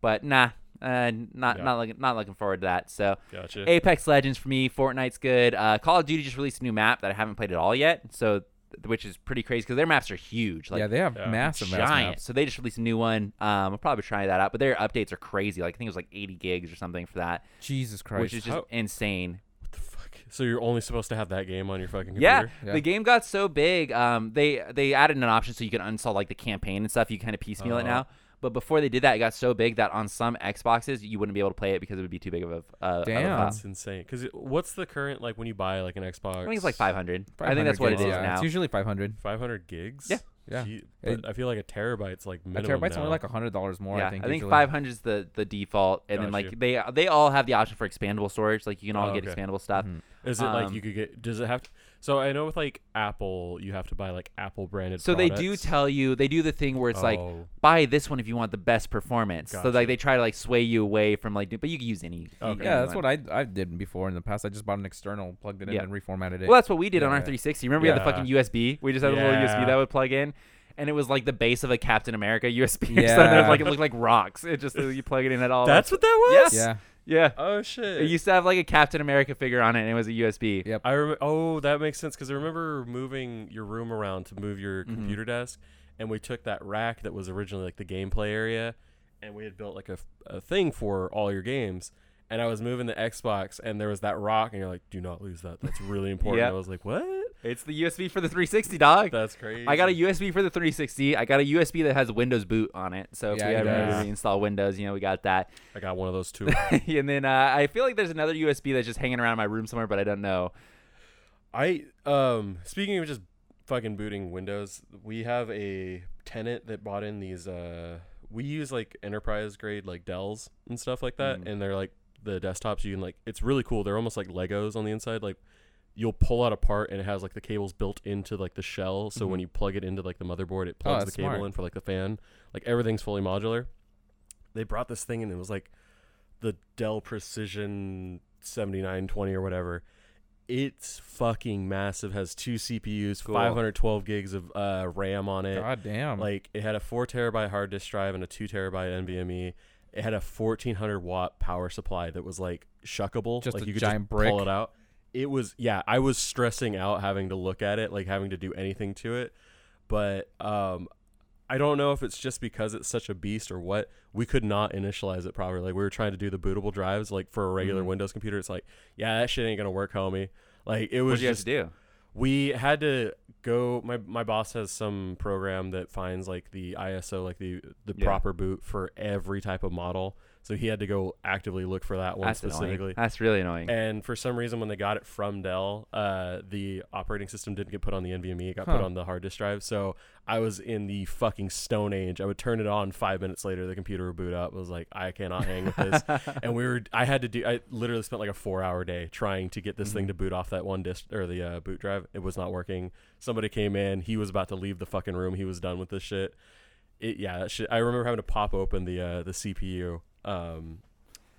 A: But, nah, uh, not,
B: Yeah.
A: not, looking, not looking forward to that. So,
B: Gotcha.
A: Apex Legends for me, Fortnite's good. Uh, Call of Duty just released a new map that I haven't played at all yet, so which is pretty crazy because their maps are huge. Like, um,
C: yeah, they have
B: Yeah.
C: massive, massive
A: giant.
C: maps.
A: So they just released a new one. Um, I'll probably try that out. But their updates are crazy. Like I think it was like 80 gigs or something for that,
C: Jesus Christ.
A: which is just
B: How-
A: insane.
B: What the fuck? So you're only supposed to have that game on your fucking
A: Yeah,
B: computer?
C: Yeah.
A: the game got so big. Um, they they added an option so you can uninstall like the campaign and stuff. You kind of piecemeal it
B: Uh-huh.
A: now. But before they did that, it got so big that on some Xboxes you wouldn't be able to play it because it would be too big of a. Uh, of a
C: Damn.
A: file.
B: Oh, That's insane. Because what's the current like when you buy like an Xbox?
A: I think it's like 500. I think that's what it is
C: 500 gigs, yeah.
A: now.
C: It's usually 500.
B: 500 gigs.
A: Yeah.
C: Yeah.
B: Gee,
C: It-
B: but I feel like a terabyte's like
C: A
B: minimum.
C: terabyte's
B: now.
C: only like $100 more,
A: yeah,
C: I think. usually.
A: 500 is the, the default, and then
B: Got
A: like
B: you.
A: they they all have the option for expandable storage. Like you can all
B: Oh,
A: get
B: okay.
A: expandable stuff.
C: Mhm.
B: Is it like
A: um,
B: you could get? Does it have? To, so I know with like Apple, you have to buy like Apple branded.
A: So they do
B: products.
A: tell you they do the thing where it's like
B: Oh.
A: buy this one if you want the best performance. So
B: Gotcha.
A: like they try to like sway you away from like, do- but you can use any.
B: Okay.
C: Yeah, that's what I I did before in the past. I just bought an external, plugged it in,
A: Yeah.
C: and reformatted it.
A: Well, that's what we did
C: Yeah,
A: on our
C: yeah.
A: 360. Remember we had the
B: Yeah.
A: fucking USB? We just had a little USB
B: Yeah.
A: that would plug in, and it was like the base of a Captain America USB. or something.
C: Yeah.
A: like it looked like rocks. It just you plug it in at all.
B: That's what that
A: Yes.
B: was.
C: yeah.
A: yeah.
B: Oh shit.
A: It used to have like a Captain America figure on it, and it was a USB.
C: Yep.
B: I rem- oh, that makes sense because I remember moving your room around to move your
A: Mm-hmm.
B: computer desk, and we took that rack that was originally like the gameplay area, and we had built like a, f- a thing for all your games. And I was moving the Xbox, and there was that rock, and you're like, "Do not lose that. That's really important."
A: Yeah.
B: I was like, "What?
A: It's the USB for the 360, dog.
B: That's crazy."
A: I got a USB for the 360. I got a USB that has Windows Boot on it. So if
C: Yeah,
A: we
C: it
A: ever
B: does.
A: need to reinstall Windows, you know, we got that.
B: I got one of those too.
A: and then uh, I feel like there's another USB that's just hanging around in my room somewhere, but I don't know.
B: I um speaking of just fucking booting Windows, we have a tenant that bought in these uh we use like enterprise grade like Dells and stuff like that
C: Mm.
B: and they're like the desktops you can like it's really cool. They're almost like Legos on the inside like you'll pull out a part and it has like the cables built into like the shell so when you plug it into like the motherboard it plugs the
C: Mm-hmm. Oh, that's
B: cable
C: smart.
B: in for like the fan. Like everything's fully modular. They brought this thing and it was like the Dell Precision 7920 or whatever. It's fucking massive. Has two CPUs,
A: Cool.
B: 512 gigs of uh, RAM on it.
C: God damn.
B: Like it had a four terabyte hard disk drive and a two terabyte NVMe. E. It had a 1400 watt power supply that was like shuckable.
C: Just
B: like
C: a
B: you could
C: giant
B: just pull
C: brick.
B: it out. It was yeah. I was stressing out having to look at it, like having to do anything to it. But um, I don't know if it's just because it's such a beast or what. We could not initialize it properly. Like we were trying to do the bootable drives, like for a regular
C: Mm-hmm.
B: Windows computer. It's like yeah, that shit ain't gonna work, homie. Like it was
A: What do you have
B: just
A: to do?
B: we had to go my my boss has some program that finds like the ISO like the the
A: Yeah.
B: proper boot for every type of model. So he had to go actively look for that one
A: That's annoying.
B: specifically. Eh,
A: That's really annoying.
B: And for some reason when they got it from Dell, uh, the operating system didn't get put on the NVMe, it got put
C: Huh.
B: on the hard disk drive. So I was in the fucking stone age. I would turn it on 5 minutes later the computer would boot up. I was like, I cannot hang with this. and we were I had to do I literally spent like a four hour day trying to get this thing to boot off that one disk or the uh, boot drive. It was not working. Somebody came in. He was about to leave the fucking room. He was done with this shit. It yeah. That shit, I remember having to pop open the uh, the CPU um,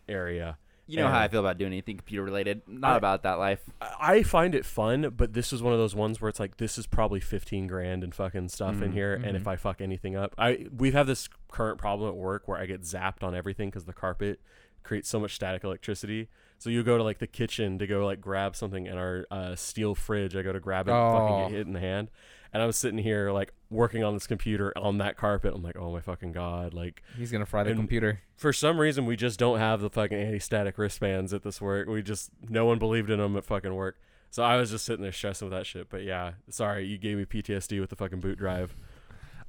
B: area
A: You know how
B: And-
A: I feel about doing anything computer related. Not
B: I-
A: about that life.
B: I find it fun, but this is one of those ones where it's like this is probably fifteen grand and fucking stuff in here, and if I fuck anything up, I we have this current problem at work where I get zapped on everything because the carpet creates so much static electricity. So you go to like the kitchen to go like grab something, and our uh, steel fridge, I go to grab it, and fucking
C: Oh.
B: get hit in the hand. And I was sitting here like working on this computer on that carpet. I'm like, oh my fucking god, like
C: He's gonna fry the
B: And-
C: computer.
B: for some reason we just don't have the fucking anti-static wristbands at this work. We just no one believed in them at fucking work. So I was just sitting there stressing with that shit. But yeah, sorry, you gave me PTSD with the fucking boot drive.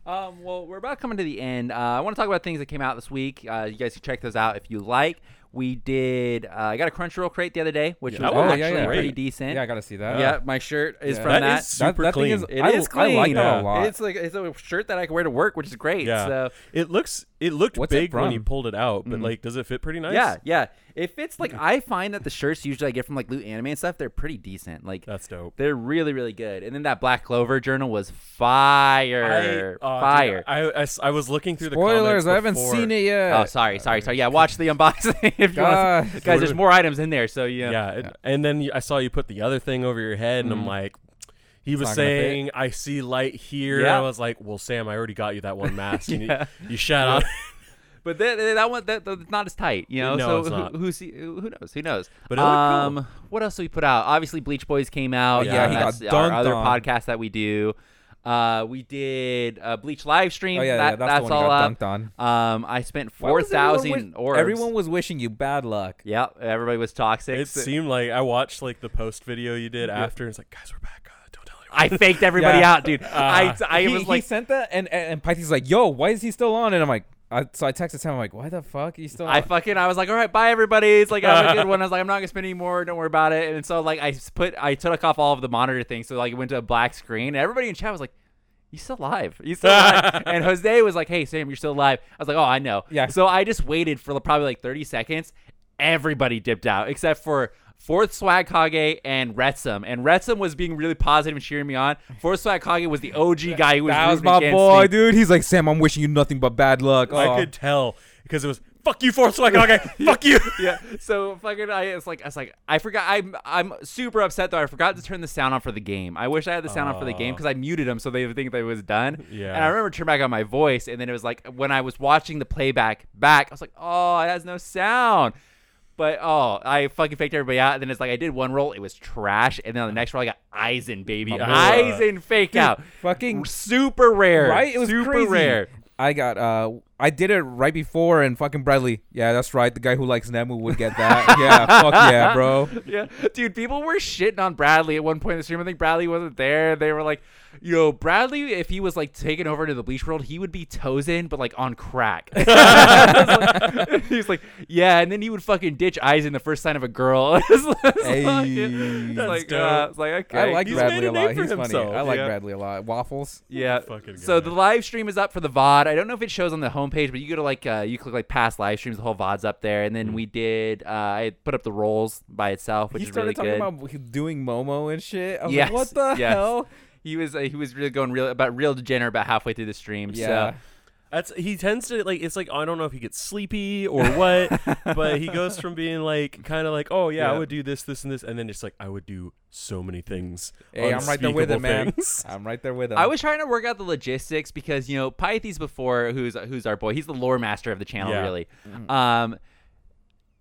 A: Um, well, we're about coming to the end. Uh, I want to talk about things that came out this week. Uh, you guys can check those out if you like. We did. Uh, I got a Crunchyroll crate the other day, which
B: Yeah.
A: was
C: Oh,
A: actually
C: yeah, yeah.
A: pretty
B: Great.
A: decent.
C: Yeah, I gotta see that.
A: Yeah, my shirt is
C: Yeah.
A: from
B: That
A: that.
B: is
C: That-
B: super
C: that thing
B: clean.
C: is-
A: It
C: I-
A: is clean.
C: I like that
B: Yeah.
C: a lot.
A: It's like it's a shirt that I can wear to work, which is great.
B: Yeah.
A: So
B: it looks it looked
C: What's it
B: big when you
C: from? Mm.
B: pulled it out, but like, does it fit pretty nice?
A: yeah, yeah. If it's like I find that the shirts usually I get from like loot anime and stuff, they're pretty decent. Like
B: that's dope.
A: they're really really good. And then that Black Clover journal was
C: oh,
A: fire,
B: I, uh,
A: fire.
B: dude, I, I s- I was looking through the
C: Spoilers.
B: comments
C: I haven't
B: before-
C: seen it yet.
A: oh, sorry, sorry, sorry. Yeah, watch the unboxing if you
C: God.
A: want. To, guys, there's more items in there, so yeah. Mm-hmm.
B: Yeah, it- and then you- I saw you put the other thing over your head, and I'm like. He was
C: not gonna fit.
B: saying, "I see light here."
A: Yeah.
B: I was like, "Well, Sam, I already got you that one mask. and you, you shut up."
A: But that, that one, that, that's not as tight, you know.
B: No,
A: so
B: it's
A: who,
B: not.
A: who see, who knows? Who knows?
B: But it looked
A: um,
B: cool.
A: what else did we put out? Obviously, Bleach Boys came out.
B: Yeah,
A: uh,
B: he
A: that's
C: got
A: our
C: dunked
A: other
C: on.
A: podcast that we do. Uh, we did a Bleach live stream.
C: Oh, yeah,
A: that,
C: yeah, that's the one that
A: all
C: got
A: up.
C: dunked on.
A: Um, I spent
C: Why
A: four
C: was everyone
A: thousand
C: wish-
A: orbs.
C: Everyone was wishing you bad luck.
A: Yep, everybody was toxic.
B: It seemed like I watched like the post video you did after, and it's like, guys, we're back. Uh, don't tell anyone.
A: I faked everybody
C: Yeah. Uh,
A: out, dude. I, I
C: he,
A: was
C: he
A: like,
C: sent that, and and, and Pythe's like, "Yo, why is he still on?" And I'm like, I, so I texted him, I'm like, "Why the fuck he's still?"
A: I
C: on?
A: fucking I was like, all right, bye everybody. It's like have a good one. I was like, I'm not gonna spend any more. Don't worry about it. And so like I s- put I took off all of the monitor things, so like it went to a black screen. And everybody in chat was like, "You still live? You still alive?" and Jose was like, "Hey Sam, you're still alive." I was like, "Oh, I know."
C: Yeah.
A: So I just waited for probably like 30 seconds. Everybody dipped out except for. Fourth Swag Kage and Retsum. And Retsum was being really positive and cheering me on. Fourth Swag Kage was the OG guy who was,
C: that was
A: rooting
C: my
A: against
C: boy,
A: me.
C: dude. He's like, Sam, I'm wishing you nothing but bad luck.
B: I
C: Aw.
B: could tell because it was fuck you, Force Swag. Okay, fuck you.
A: yeah. So fucking, I it's like I was like I forgot. I'm I'm super upset though. I forgot to turn the sound on for the game. I wish I had the sound on for the game because I muted them so they would think that it was done.
B: Yeah.
A: And I remember turning back on my voice, and then it was like when I was watching the playback back, I was like, oh, it has no sound. But oh, I fucking faked everybody out. And then it's like I did one roll, it was trash, and then on the next roll I got Eisen, baby, Eisen fake out,
C: fucking-
A: super rare,
C: right? It was
A: super
C: crazy.
A: rare.
C: I got uh I did it right before and fucking Bradley. Yeah, that's right. The guy who likes Nemu would get that. yeah, fuck yeah, bro.
A: yeah, dude, people were shitting on Bradley at one point in the stream. I think Bradley wasn't there. They were like, "Yo, Bradley, if he was like taken over to the Bleach world, he would be Tozen, but like on crack." I was like- He's like, "Yeah," and then he would fucking ditch Aizen the first sign of a girl. It's like,
C: Hey,
A: it's
C: that's
A: like,
B: dope.
A: uh, it's like, okay,
C: I like
B: He's made
C: Bradley
B: a
C: a
B: name
C: lot.
B: for
C: He's
B: himself.
C: funny. I like
A: Yeah.
C: Bradley a lot. Waffles.
A: yeah.
B: Fucking
A: So
B: guy.
A: the live stream is up for the VOD. I don't know if it shows on the homepage, but you go to like uh, you click like past live streams, the whole VOD's up there. And then we did uh, I put up the rolls by itself, which
C: Hmm. he
A: is
C: started
A: really
C: talking
A: good.
C: about doing Momo and shit. I was
A: Yes,
C: like, what the
A: yes.
C: hell?
A: He was uh, he was really going real about real degenerate about halfway through the stream.
C: Yeah.
A: So
B: That's he tends to like. It's like I don't know if he gets sleepy or what, but he goes from being like kind of like, oh yeah, I
C: Yeah.
B: would do this, this, and this, and then it's like I would do so many things.
C: Hey, I'm right there with him,
B: it,
C: man. I'm right there with him.
A: I was trying to work out the logistics because you know Pythes before who's who's our boy. He's the lore master of the channel
B: Yeah.
A: really.
C: Mm-hmm.
A: Um,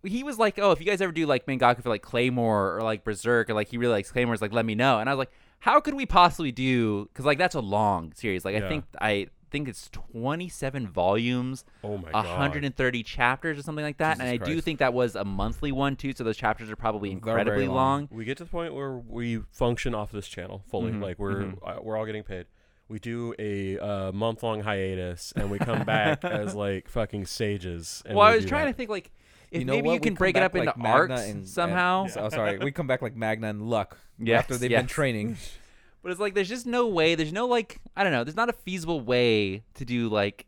A: he was like, oh, if you guys ever do like Mangaku for like Claymore or like Berserk or like he really likes Claymores, like let me know. And I was like, how could we possibly do? Because like that's a long series. Like I
B: Yeah.
A: think I think it's 27 volumes.
B: Oh my god.
A: 130 chapters or something like that, and I do
C: Christ.
A: think that was a monthly one too. So those chapters are probably
C: very
A: incredibly
C: long.
A: long.
B: We get to the point where we function off this channel fully. Like we're uh, we're all getting paid. We do a uh, month long hiatus and we come back as like fucking sages. And
A: Well, I
B: we
A: was
B: do
A: trying
B: that.
A: to think like if
C: You know
A: maybe
C: what?
A: you
C: We
A: can
C: come
A: break it
C: back
A: up into
C: like Magna
A: arcs
C: and-
A: somehow.
C: And, oh, sorry. We come back like Magna and Luck
A: Yes,
C: after they've been
A: yes.
C: training.
A: But it's like there's just no way. There's no like I don't know. There's not a feasible way to do like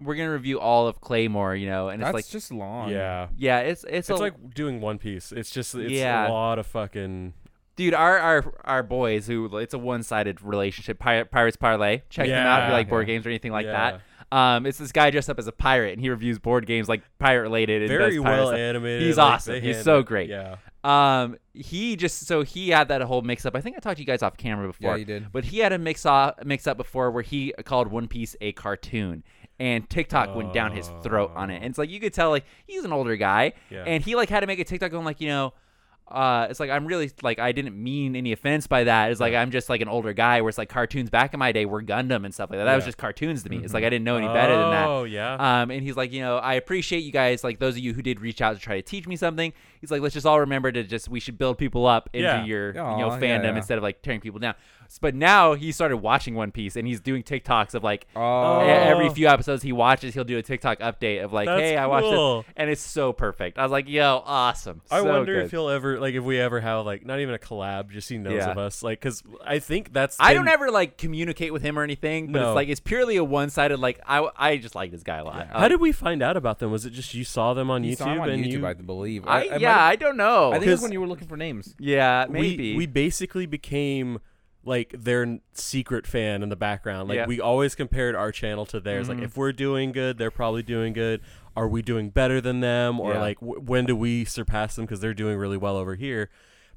A: we're gonna review all of Claymore, you know, and it's
C: That's
A: like
C: just long.
B: Yeah.
A: yeah, it's it's,
B: It's
A: a,
B: like doing One Piece. It's just it's
A: Yeah.
B: a lot of fucking
A: dude, our our our boys who it's a one sided relationship. Pir- Pirates Parlay, check them out if you
B: Yeah.
A: like board games or anything like
B: Yeah.
A: that. Um, it's this guy dressed up as a pirate, and he reviews board games like pirate related. and
B: Very
A: does pirate
B: well
A: stuff.
B: animated.
A: He's
B: like,
A: awesome.
B: they
A: He's
B: handle
A: so
B: it.
A: great.
B: Yeah.
A: Um, he just so he had that whole mix up. I think I talked to you guys off camera before.
C: you did.
A: But he had a mix up mix up before where he called One Piece a cartoon, and TikTok went down his throat on it. And it's like you could tell like he's an older guy,
B: Yeah.
A: and he like had to make a TikTok going like you know. Uh, it's like I'm really like I didn't mean any offense by that. It's like I'm just like an older guy. Where it's like cartoons back in my day were Gundam and stuff like that. That was
B: Yeah. Mm-hmm.
A: just cartoons to me. It's like I didn't know any better than that.
B: Oh yeah.
A: Um, and he's like, you know, I appreciate you guys, like those of you who did reach out to try to teach me something. He's like, let's just all remember to just we should build people up into
B: Yeah.
A: your you know
C: Aw,
A: fandom
C: yeah, yeah.
A: instead of like tearing people down. S- But now he started watching One Piece and he's doing TikToks of like e-
C: Oh,
A: every few episodes he watches, he'll do a TikTok update of like,
B: That's
A: hey, I watched
B: cool.
A: this, and it's so perfect. I was like, yo, awesome.
B: I
A: So
B: wonder
A: good.
B: if he'll ever like if we ever have like not even a collab, just he knows
A: Yeah.
B: of us, like because I think that's
A: I
B: been-
A: don't ever like communicate with him or anything, but
B: No.
A: it's like it's purely a one-sided. Like I, I just like this guy a lot. Uh,
B: How did we find out about them? Was it just you saw them on
C: You
B: YouTube
C: saw him on
B: and
C: YouTube,
B: you?
C: I believe.
A: I,
C: might-
A: yeah, I don't know.
C: I think it's
A: 'Cause-
C: when you were looking for names.
A: yeah,
B: we-
A: maybe
B: we, basically became like their n- secret fan in the background. Like
A: Yeah.
B: we always compared our channel to theirs. Like if we're doing good, they're probably doing good. Are we doing better than them, or
A: Yeah.
B: like w- when do we surpass them because they're doing really well over here?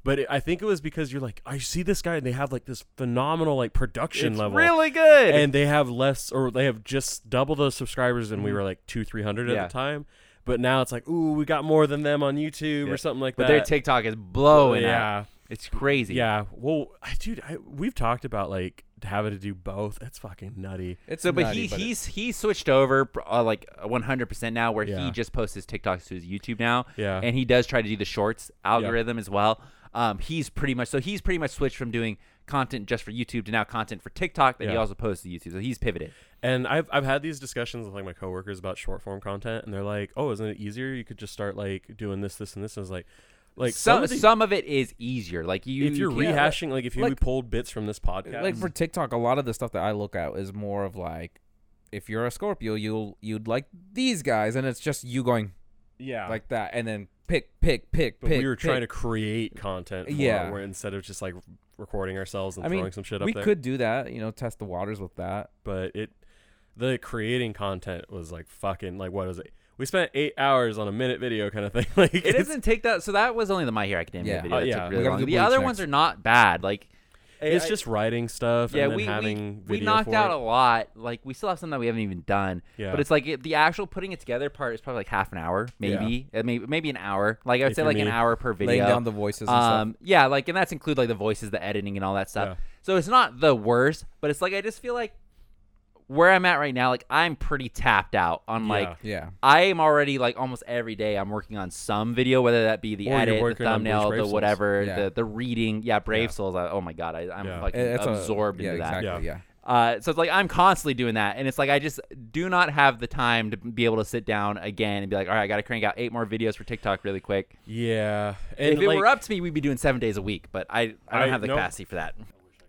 B: But it, I think it was because you're like, I see this guy and they have like this phenomenal like production
A: it's
B: level.
A: really good.
B: and they have less or they have just double the subscribers than we were like two three hundred
A: Yeah.
B: at the time but now it's like ooh we got more than them on youtube
A: Yeah.
B: or something like
A: but
B: that
A: their TikTok is blowing up.
B: yeah
A: It's crazy.
B: yeah well I, dude I, we've talked about like having to do both that's fucking nutty
C: It's
A: So, but
C: nutty,
A: he
C: but it-
A: he's he switched over uh, like 100% now, where
B: Yeah.
A: he just posts his TikToks to his YouTube now.
B: Yeah.
A: and he does try to do the Shorts algorithm as well. Um, he's pretty much so he's pretty much switched from doing content just for YouTube to now content for TikTok that he
B: Yeah.
A: also posts to YouTube. So he's pivoted.
B: and I've, I've had these discussions with like my coworkers about short form content and they're like oh isn't it easier you could just start like doing this this and this and I was like like some,
A: some
B: of the-
A: some of it is easier. Like you,
B: if you're
A: you can't-
B: rehashing like if you
C: like-
B: pulled bits from this podcast
C: like for TikTok, a lot of the stuff that I look at is more of like, if you're a Scorpio, you'll you'd like these guys, and it's just you going
B: yeah
C: like that, and then pick, pick, pick,
B: But
C: pick.
B: we were trying to
C: pick.
B: create content. For yeah.
C: Yeah.
B: It, where instead of just like recording ourselves and
C: I mean,
B: throwing some shit up
C: we
B: there.
C: could do that, you know, test the waters with that.
B: But it, the creating content was like fucking like what was it? We spent eight hours on a minute video kind of thing. Like
A: It doesn't take that. So that was only the My Hero Academia
C: Yeah.
A: video.
B: Oh,
A: that
B: yeah.
A: took
B: We
A: really
C: gotta
A: long.
C: do
A: The
C: bleach
A: other
C: next.
A: ones are not bad. Like
B: It's
A: I-
B: just writing stuff.
A: yeah,
B: and then
A: we,
B: having
A: we, we
B: video
A: knocked
B: for
A: out
B: it.
A: a lot. Like we still have some that we haven't even done.
B: Yeah.
A: But it's like it, the actual putting it together part is probably like half an hour, maybe, Uh, maybe maybe an hour. Like I would
B: If
A: say
B: you're
A: like an
B: me.
A: hour per video.
C: Laying down the voices and stuff.
A: um, yeah, like and that's include like the voices, the editing, and all that stuff.
B: Yeah.
A: So it's not the worst, but it's like I just feel like where I'm at right now, like I'm pretty tapped out on like.
B: Yeah.
C: Yeah.
A: I am already like almost every day. I'm working on some video, whether that be the
B: Or you're
A: edit, the
B: working on Bruce
A: thumbnail,
B: Brave
A: the
B: Souls.
A: whatever,
C: Yeah.
A: the the reading. Yeah, Brave Souls. I, oh my god, I, I'm
B: Yeah.
A: fucking
C: It- It's
A: absorbed
C: a, yeah,
A: into that.
C: Exactly,
B: Yeah.
C: yeah.
A: Uh, so it's like I'm constantly doing that, and it's like I just do not have the time to be able to sit down again and be like, all right, I got to crank out eight more videos for TikTok really quick.
B: Yeah. And
A: if it
B: like,
A: were up to me, we'd be doing seven days a week, but I I don't
B: I-
A: have the
B: nope.
A: capacity for that.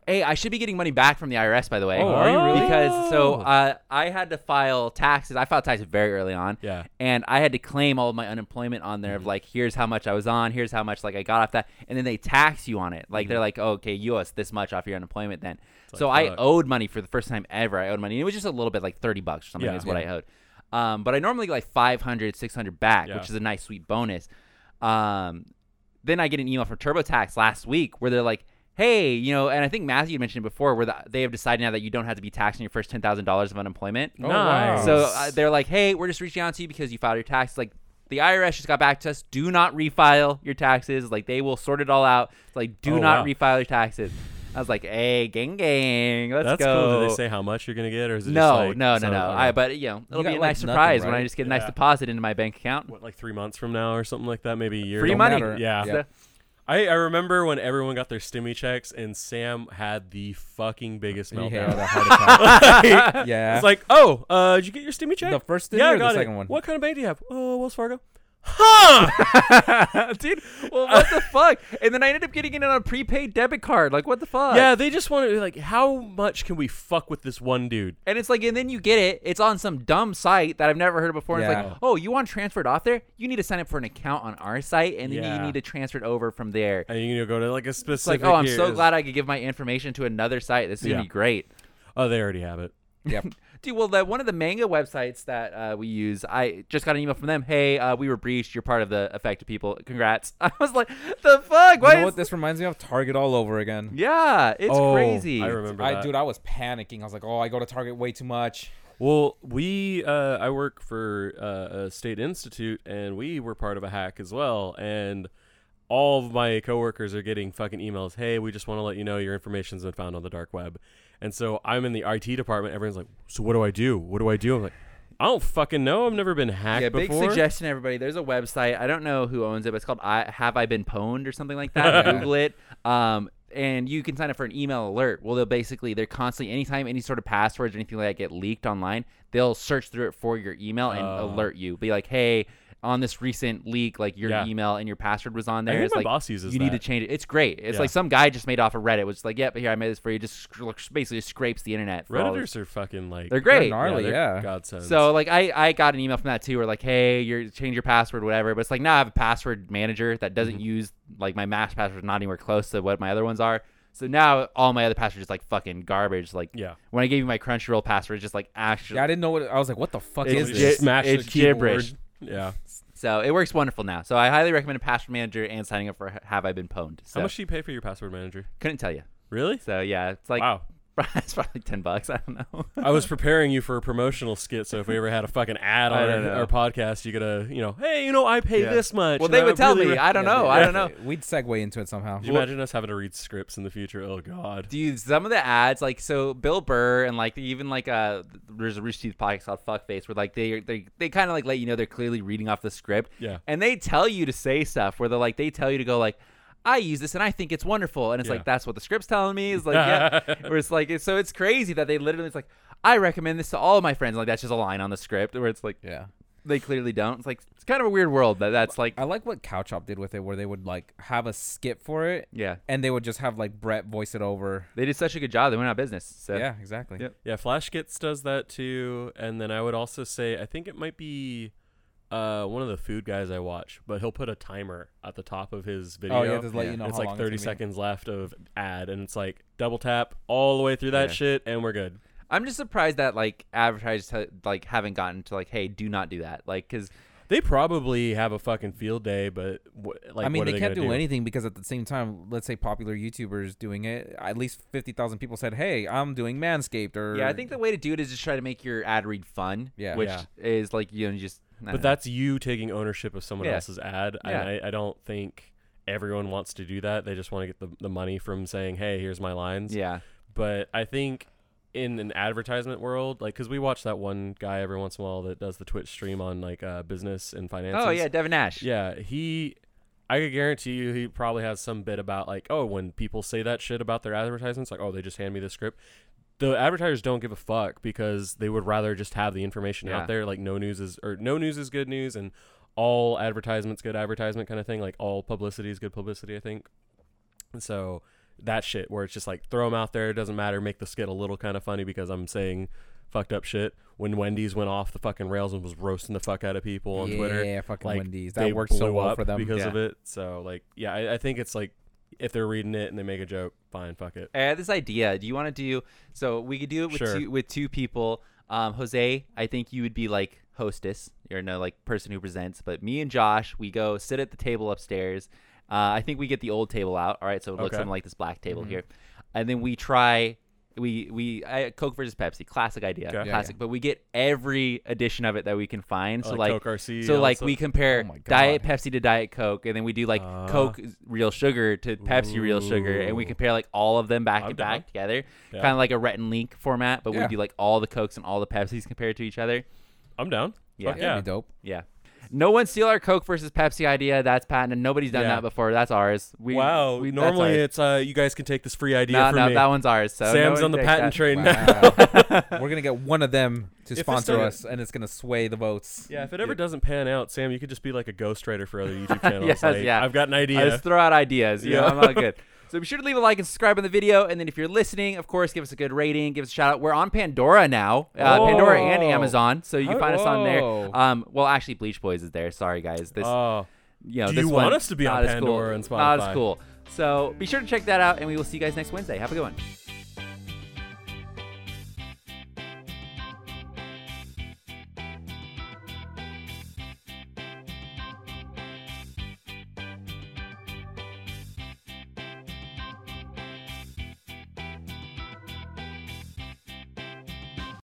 A: Hey, I should be getting money back from the IRS, by the way.
B: Oh, are you really?
A: Because so
B: Oh.
A: uh, I had to file taxes. I filed taxes very early on
B: Yeah.
A: and I had to claim all of my unemployment on
B: Mm-hmm.
A: there of like here's how much I was on, here's how much like I got off that, and then they tax you on it. Like they're like, oh, okay, you owe us this much off your unemployment then. so
B: Mm-hmm. like,
A: I
B: fuck.
A: owed money for the first time ever. I owed money. It was just a little bit, like thirty bucks or something
B: Yeah.
A: is what I owed. Um, but I normally get like 500, 600 back,
B: Yeah.
A: which is a nice sweet bonus. Um, then I get an email from TurboTax last week where they're like, hey, you know, and I think Matthew mentioned it before where the, they have decided now that you don't have to be taxed on your first ten thousand dollars of unemployment.
C: Oh,
B: nice.
C: wow.
A: So uh, they're like, hey, we're just reaching out to you because you filed your taxes. Like, the IRS just got back to us. Do not refile your taxes. Like, they will sort it all out. It's like, do
B: Oh,
A: not
B: wow.
A: refile your taxes. I was like, hey, gang, gang, let's
B: that's
A: go.
B: cool. Do they say how much you're gonna get, or is it
A: no,
B: just like, uh,
A: no, no,
B: some-
A: no.
B: okay.
A: I, but you know, it'll
C: got,
A: be a
C: like,
A: nice
C: nothing,
A: surprise when I
C: right?
A: just get a nice
B: Yeah.
A: deposit into my bank account.
B: what like three months from now or something like that, maybe a year.
A: Free
B: Don't
C: Don't
A: money.
C: matter.
B: Yeah.
C: Yeah.
B: I, I remember when everyone got their stimmy checks and Sam had the fucking biggest
C: You
B: meltdown.
C: had a heart
B: Like,
C: attack. yeah.
B: It's like, oh, uh, did you get your stimmy check?
C: the first thing
B: yeah, I
C: or
B: got
C: the
B: it.
C: second one?
B: What kind of bank do you have? Oh, Wells Fargo. Huh?
A: Dude, well, what the fuck? And then I ended up getting it on a prepaid debit card. Like, what the fuck?
B: yeah, they just wanted like, how much can we fuck with this one dude?
A: And it's like, and then you get it. It's on some dumb site that I've never heard of before. And It's
C: Yeah.
A: like, oh, you want transferred off there? You need to sign up for an account on our site, and then
B: Yeah.
A: you need to transfer it over from there.
B: And you know, go to like a
A: It's like,
B: specific.
A: oh, I'm
B: year.
A: so glad I could give my information to another site. This is
B: Yeah.
A: gonna be great.
B: Oh, they already have it.
C: Yep.
A: Dude, well, the, one of the manga websites that uh, we use, I just got an email from them. Hey, uh, we were breached. You're part of the affected people. Congrats. I was like, the fuck? What?
C: You know
A: is-
C: what this reminds me of? Target all over again.
A: yeah, it's
B: Oh,
A: crazy.
B: I remember
C: I,
B: that.
C: dude, I was panicking. I was like, oh, I go to Target way too much.
B: Well, we uh, I work for uh, a state institute, and we were part of a hack as well. And all of my coworkers are getting fucking emails. Hey, we just want to let you know your information's been found on the dark web. And so I'm in the IT department. Everyone's like, "So what do I do? What do I do?" I'm like, "I don't fucking know. I've never been hacked
A: Yeah, big
B: before."
A: suggestion, everybody. There's a website. I don't know who owns it, but it's called I, Have I Been Pwned or something like that. Google it. Um, and you can sign up for an email alert. Well, they'll basically, they're constantly, anytime any sort of passwords or anything like that get leaked online, they'll search through it for your email and
B: Oh.
A: alert you. Be like, hey, on this recent leak, like your
B: Yeah.
A: email and your password was on
B: I
A: there.
B: think
A: It's
B: my
A: like,
B: boss uses
A: you need to
B: that.
A: change it. It's great. It's
B: Yeah.
A: like some guy just made off of Reddit was just like, yep, here I made this for you. Just scr- basically scrapes the internet. For all this.
B: Redditors are fucking like
A: they're great.
C: gnarly,
B: they're
C: yeah.
B: godsends.
A: So like I, I got an email from that too, where like, hey, you change your password, whatever. But it's like, now I have a password manager that doesn't
B: Mm-hmm.
A: use like my mass password, not anywhere close to what my other ones are. So now all my other passwords is like fucking garbage. Like
B: Yeah.
A: when I gave you my Crunchyroll password, it's just like actually.
C: Yeah, I didn't know what. I was like, what the fuck
A: It's
B: It's
C: is
B: just
A: gi-
C: this?
B: smash the
A: it's
B: keyboard.
A: gibberish.
B: Yeah.
A: So it works wonderful now. So I highly recommend a password manager and signing up for H- Have I Been Pwned. So
B: How much do you pay for your password manager?
A: couldn't tell you.
B: Really?
A: So yeah, it's like
B: wow.
A: it's probably ten bucks. I don't know.
B: I was preparing you for a promotional skit, so if we ever had a fucking ad
A: I
B: on
A: don't
B: our,
A: know.
B: our podcast, you gotta, you know, hey, you know, I pay
A: Yeah.
B: this much.
A: well,
B: and
A: they
B: I
A: would tell
B: really
A: me.
B: re-"
A: I don't know. I don't know.
C: We'd segue into it somehow.
B: Could you imagine us having to read scripts in the future? Oh god.
A: dude some of the ads like so bill burr and like even like uh there's a rooster teeth podcast called fuckface where like they they, they kind of like let you know they're clearly reading off the script
B: Yeah.
A: and they tell you to say stuff where they're like they tell you to go like I use this and I think it's wonderful, and it's
B: Yeah.
A: like that's what the script's telling me. Is like, yeah, where it's like, it's, so it's crazy that they literally it's like, I recommend this to all of my friends. Like that's just a line on the script where it's like
C: Yeah.
A: they clearly don't. It's like it's kind of a weird world that that's like,
C: I like what Cowchop did with it, where they would like have a skit for it,
A: yeah,
C: and they would just have like Brett voice it over.
A: they did such a good job they went out of business. So
C: Yeah, exactly.
A: Yep.
B: Yeah, Flash Gets does that too, and then I would also say I think it might be uh, one of the food guys I watch, but he'll put a timer at the top of his video.
C: Oh yeah, just let
A: Yeah.
C: you know
B: it's
C: how
B: like
C: long
B: 30
C: it's gonna be.
B: seconds left of ad, and it's like double tap all the way through that
A: Yeah.
B: shit, and we're good.
A: I'm just surprised that like advertisers ha- like haven't gotten to like, hey, do not do that, like, because
B: They probably have a fucking field day, but wh- like,
C: I mean,
B: what
C: they,
B: are
C: can't do,
B: gonna do
C: anything because at the same time, let's say popular YouTubers doing it, at least fifty thousand people said, "Hey, I'm doing Manscaped." Or
A: yeah, I think the way to do it is just try to make your ad read fun,
C: Yeah.
A: which
B: Yeah.
A: is like you know just. I don't
B: But that's you taking ownership of someone
A: Yeah.
B: else's ad. and
A: Yeah.
B: I, I don't think everyone wants to do that. They just want to get the, the money from saying, hey, here's my lines.
A: know. yeah,
B: But I think in an advertisement world, like, because we watch that one guy every once in a while that does the Twitch stream on like uh, business and finances.
A: oh yeah, Devin Nash,
B: Yeah. He, I could guarantee you, he probably has some bit about like, oh, when people say that shit about their advertisements, like, oh, they just hand me the script. The advertisers don't give a fuck because they would rather just have the information
A: Yeah.
B: out there. Like, no news is or no news is good news, and all advertisements good advertisement kind of thing. Like, all publicity is good publicity. I think. And so that shit where it's just like throw them out there. It doesn't matter. Make the skit a little kind of funny because I'm saying fucked up shit. When Wendy's went off the fucking rails and was roasting the fuck out of people on
C: yeah,
B: Twitter
C: fucking
B: like,
C: Wendy's
B: they
C: that worked so
B: blew
C: well
B: up
C: for them.
B: because
A: Yeah.
B: of it. So like, yeah, I, I think it's like if they're reading it and they make a joke, fine, fuck it.
A: I had this idea. Do you want to do? So we could do it with
B: Sure.
A: two with two people. Um, Jose, I think you would be like hostess. You're no like person who presents, but me and Josh, we go sit at the table upstairs. Uh, I think we get the old table out. All right, so it looks
B: Okay.
A: something like this black table
B: Mm-hmm.
A: here, and then we try. We we I, Coke versus Pepsi, classic idea,
B: Okay. Yeah,
A: classic. But we get every edition of it that we can find. So
B: Like
A: like,
B: Coke RC,
A: so
B: all
A: like
B: that
A: we
B: stuff.
A: compare
C: Oh my God.
A: Diet Pepsi to Diet Coke, and then we do like
B: Ah.
A: Coke is real sugar to Pepsi real sugar, and we
B: Ooh.
A: compare like all of them back
B: I'm
A: to back
B: down.
A: together,
B: Yeah.
A: kind of like a Rhett and Link format, but
C: Yeah.
A: we do like all the Cokes and all the Pepsis compared to each other.
B: I'm down.
A: Yeah.
B: Fuck
C: yeah,
B: yeah.
C: that'd be dope.
A: Yeah. No one steal our Coke versus Pepsi idea. That's patented. Nobody's done
B: Yeah.
A: that before. That's ours. We,
B: wow.
A: We, that's
B: normally
A: ours.
B: it's uh, you guys can take this free idea
A: no,
B: from
A: no,
B: me.
A: that one's ours. So no
B: Sam's
A: one
B: on the
A: take
B: patent
A: that.
B: train.
C: Wow. We're gonna get one of them to
B: If this
C: sponsor
B: doesn't-
C: us, and it's gonna sway the votes.
B: Yeah, if it ever doesn't pan out, Sam, you could just be like a ghostwriter for other YouTube channels.
A: Yes,
B: like,
A: yeah.
B: I've got an idea.
A: I just throw out ideas. You know,
B: Yeah.
A: I'm all good. So be sure to leave a like and subscribe on the video. And then if you're listening, of course, give us a good rating, give us a shout out. We're on Pandora now, uh, Pandora and
C: Oh.
A: Amazon, so you can
C: How-
A: find us on there.
C: whoa.
A: Um, well, actually, Bleach Boys is there. Sorry, guys. This,
B: Oh.
A: you know,
B: do
A: this
B: you want
A: one,
B: us to be on
A: not as cool.
B: Pandora and
A: Not as
B: Spotify?
A: cool. So be sure to check that out, and we will see you guys next Wednesday. Have a good one.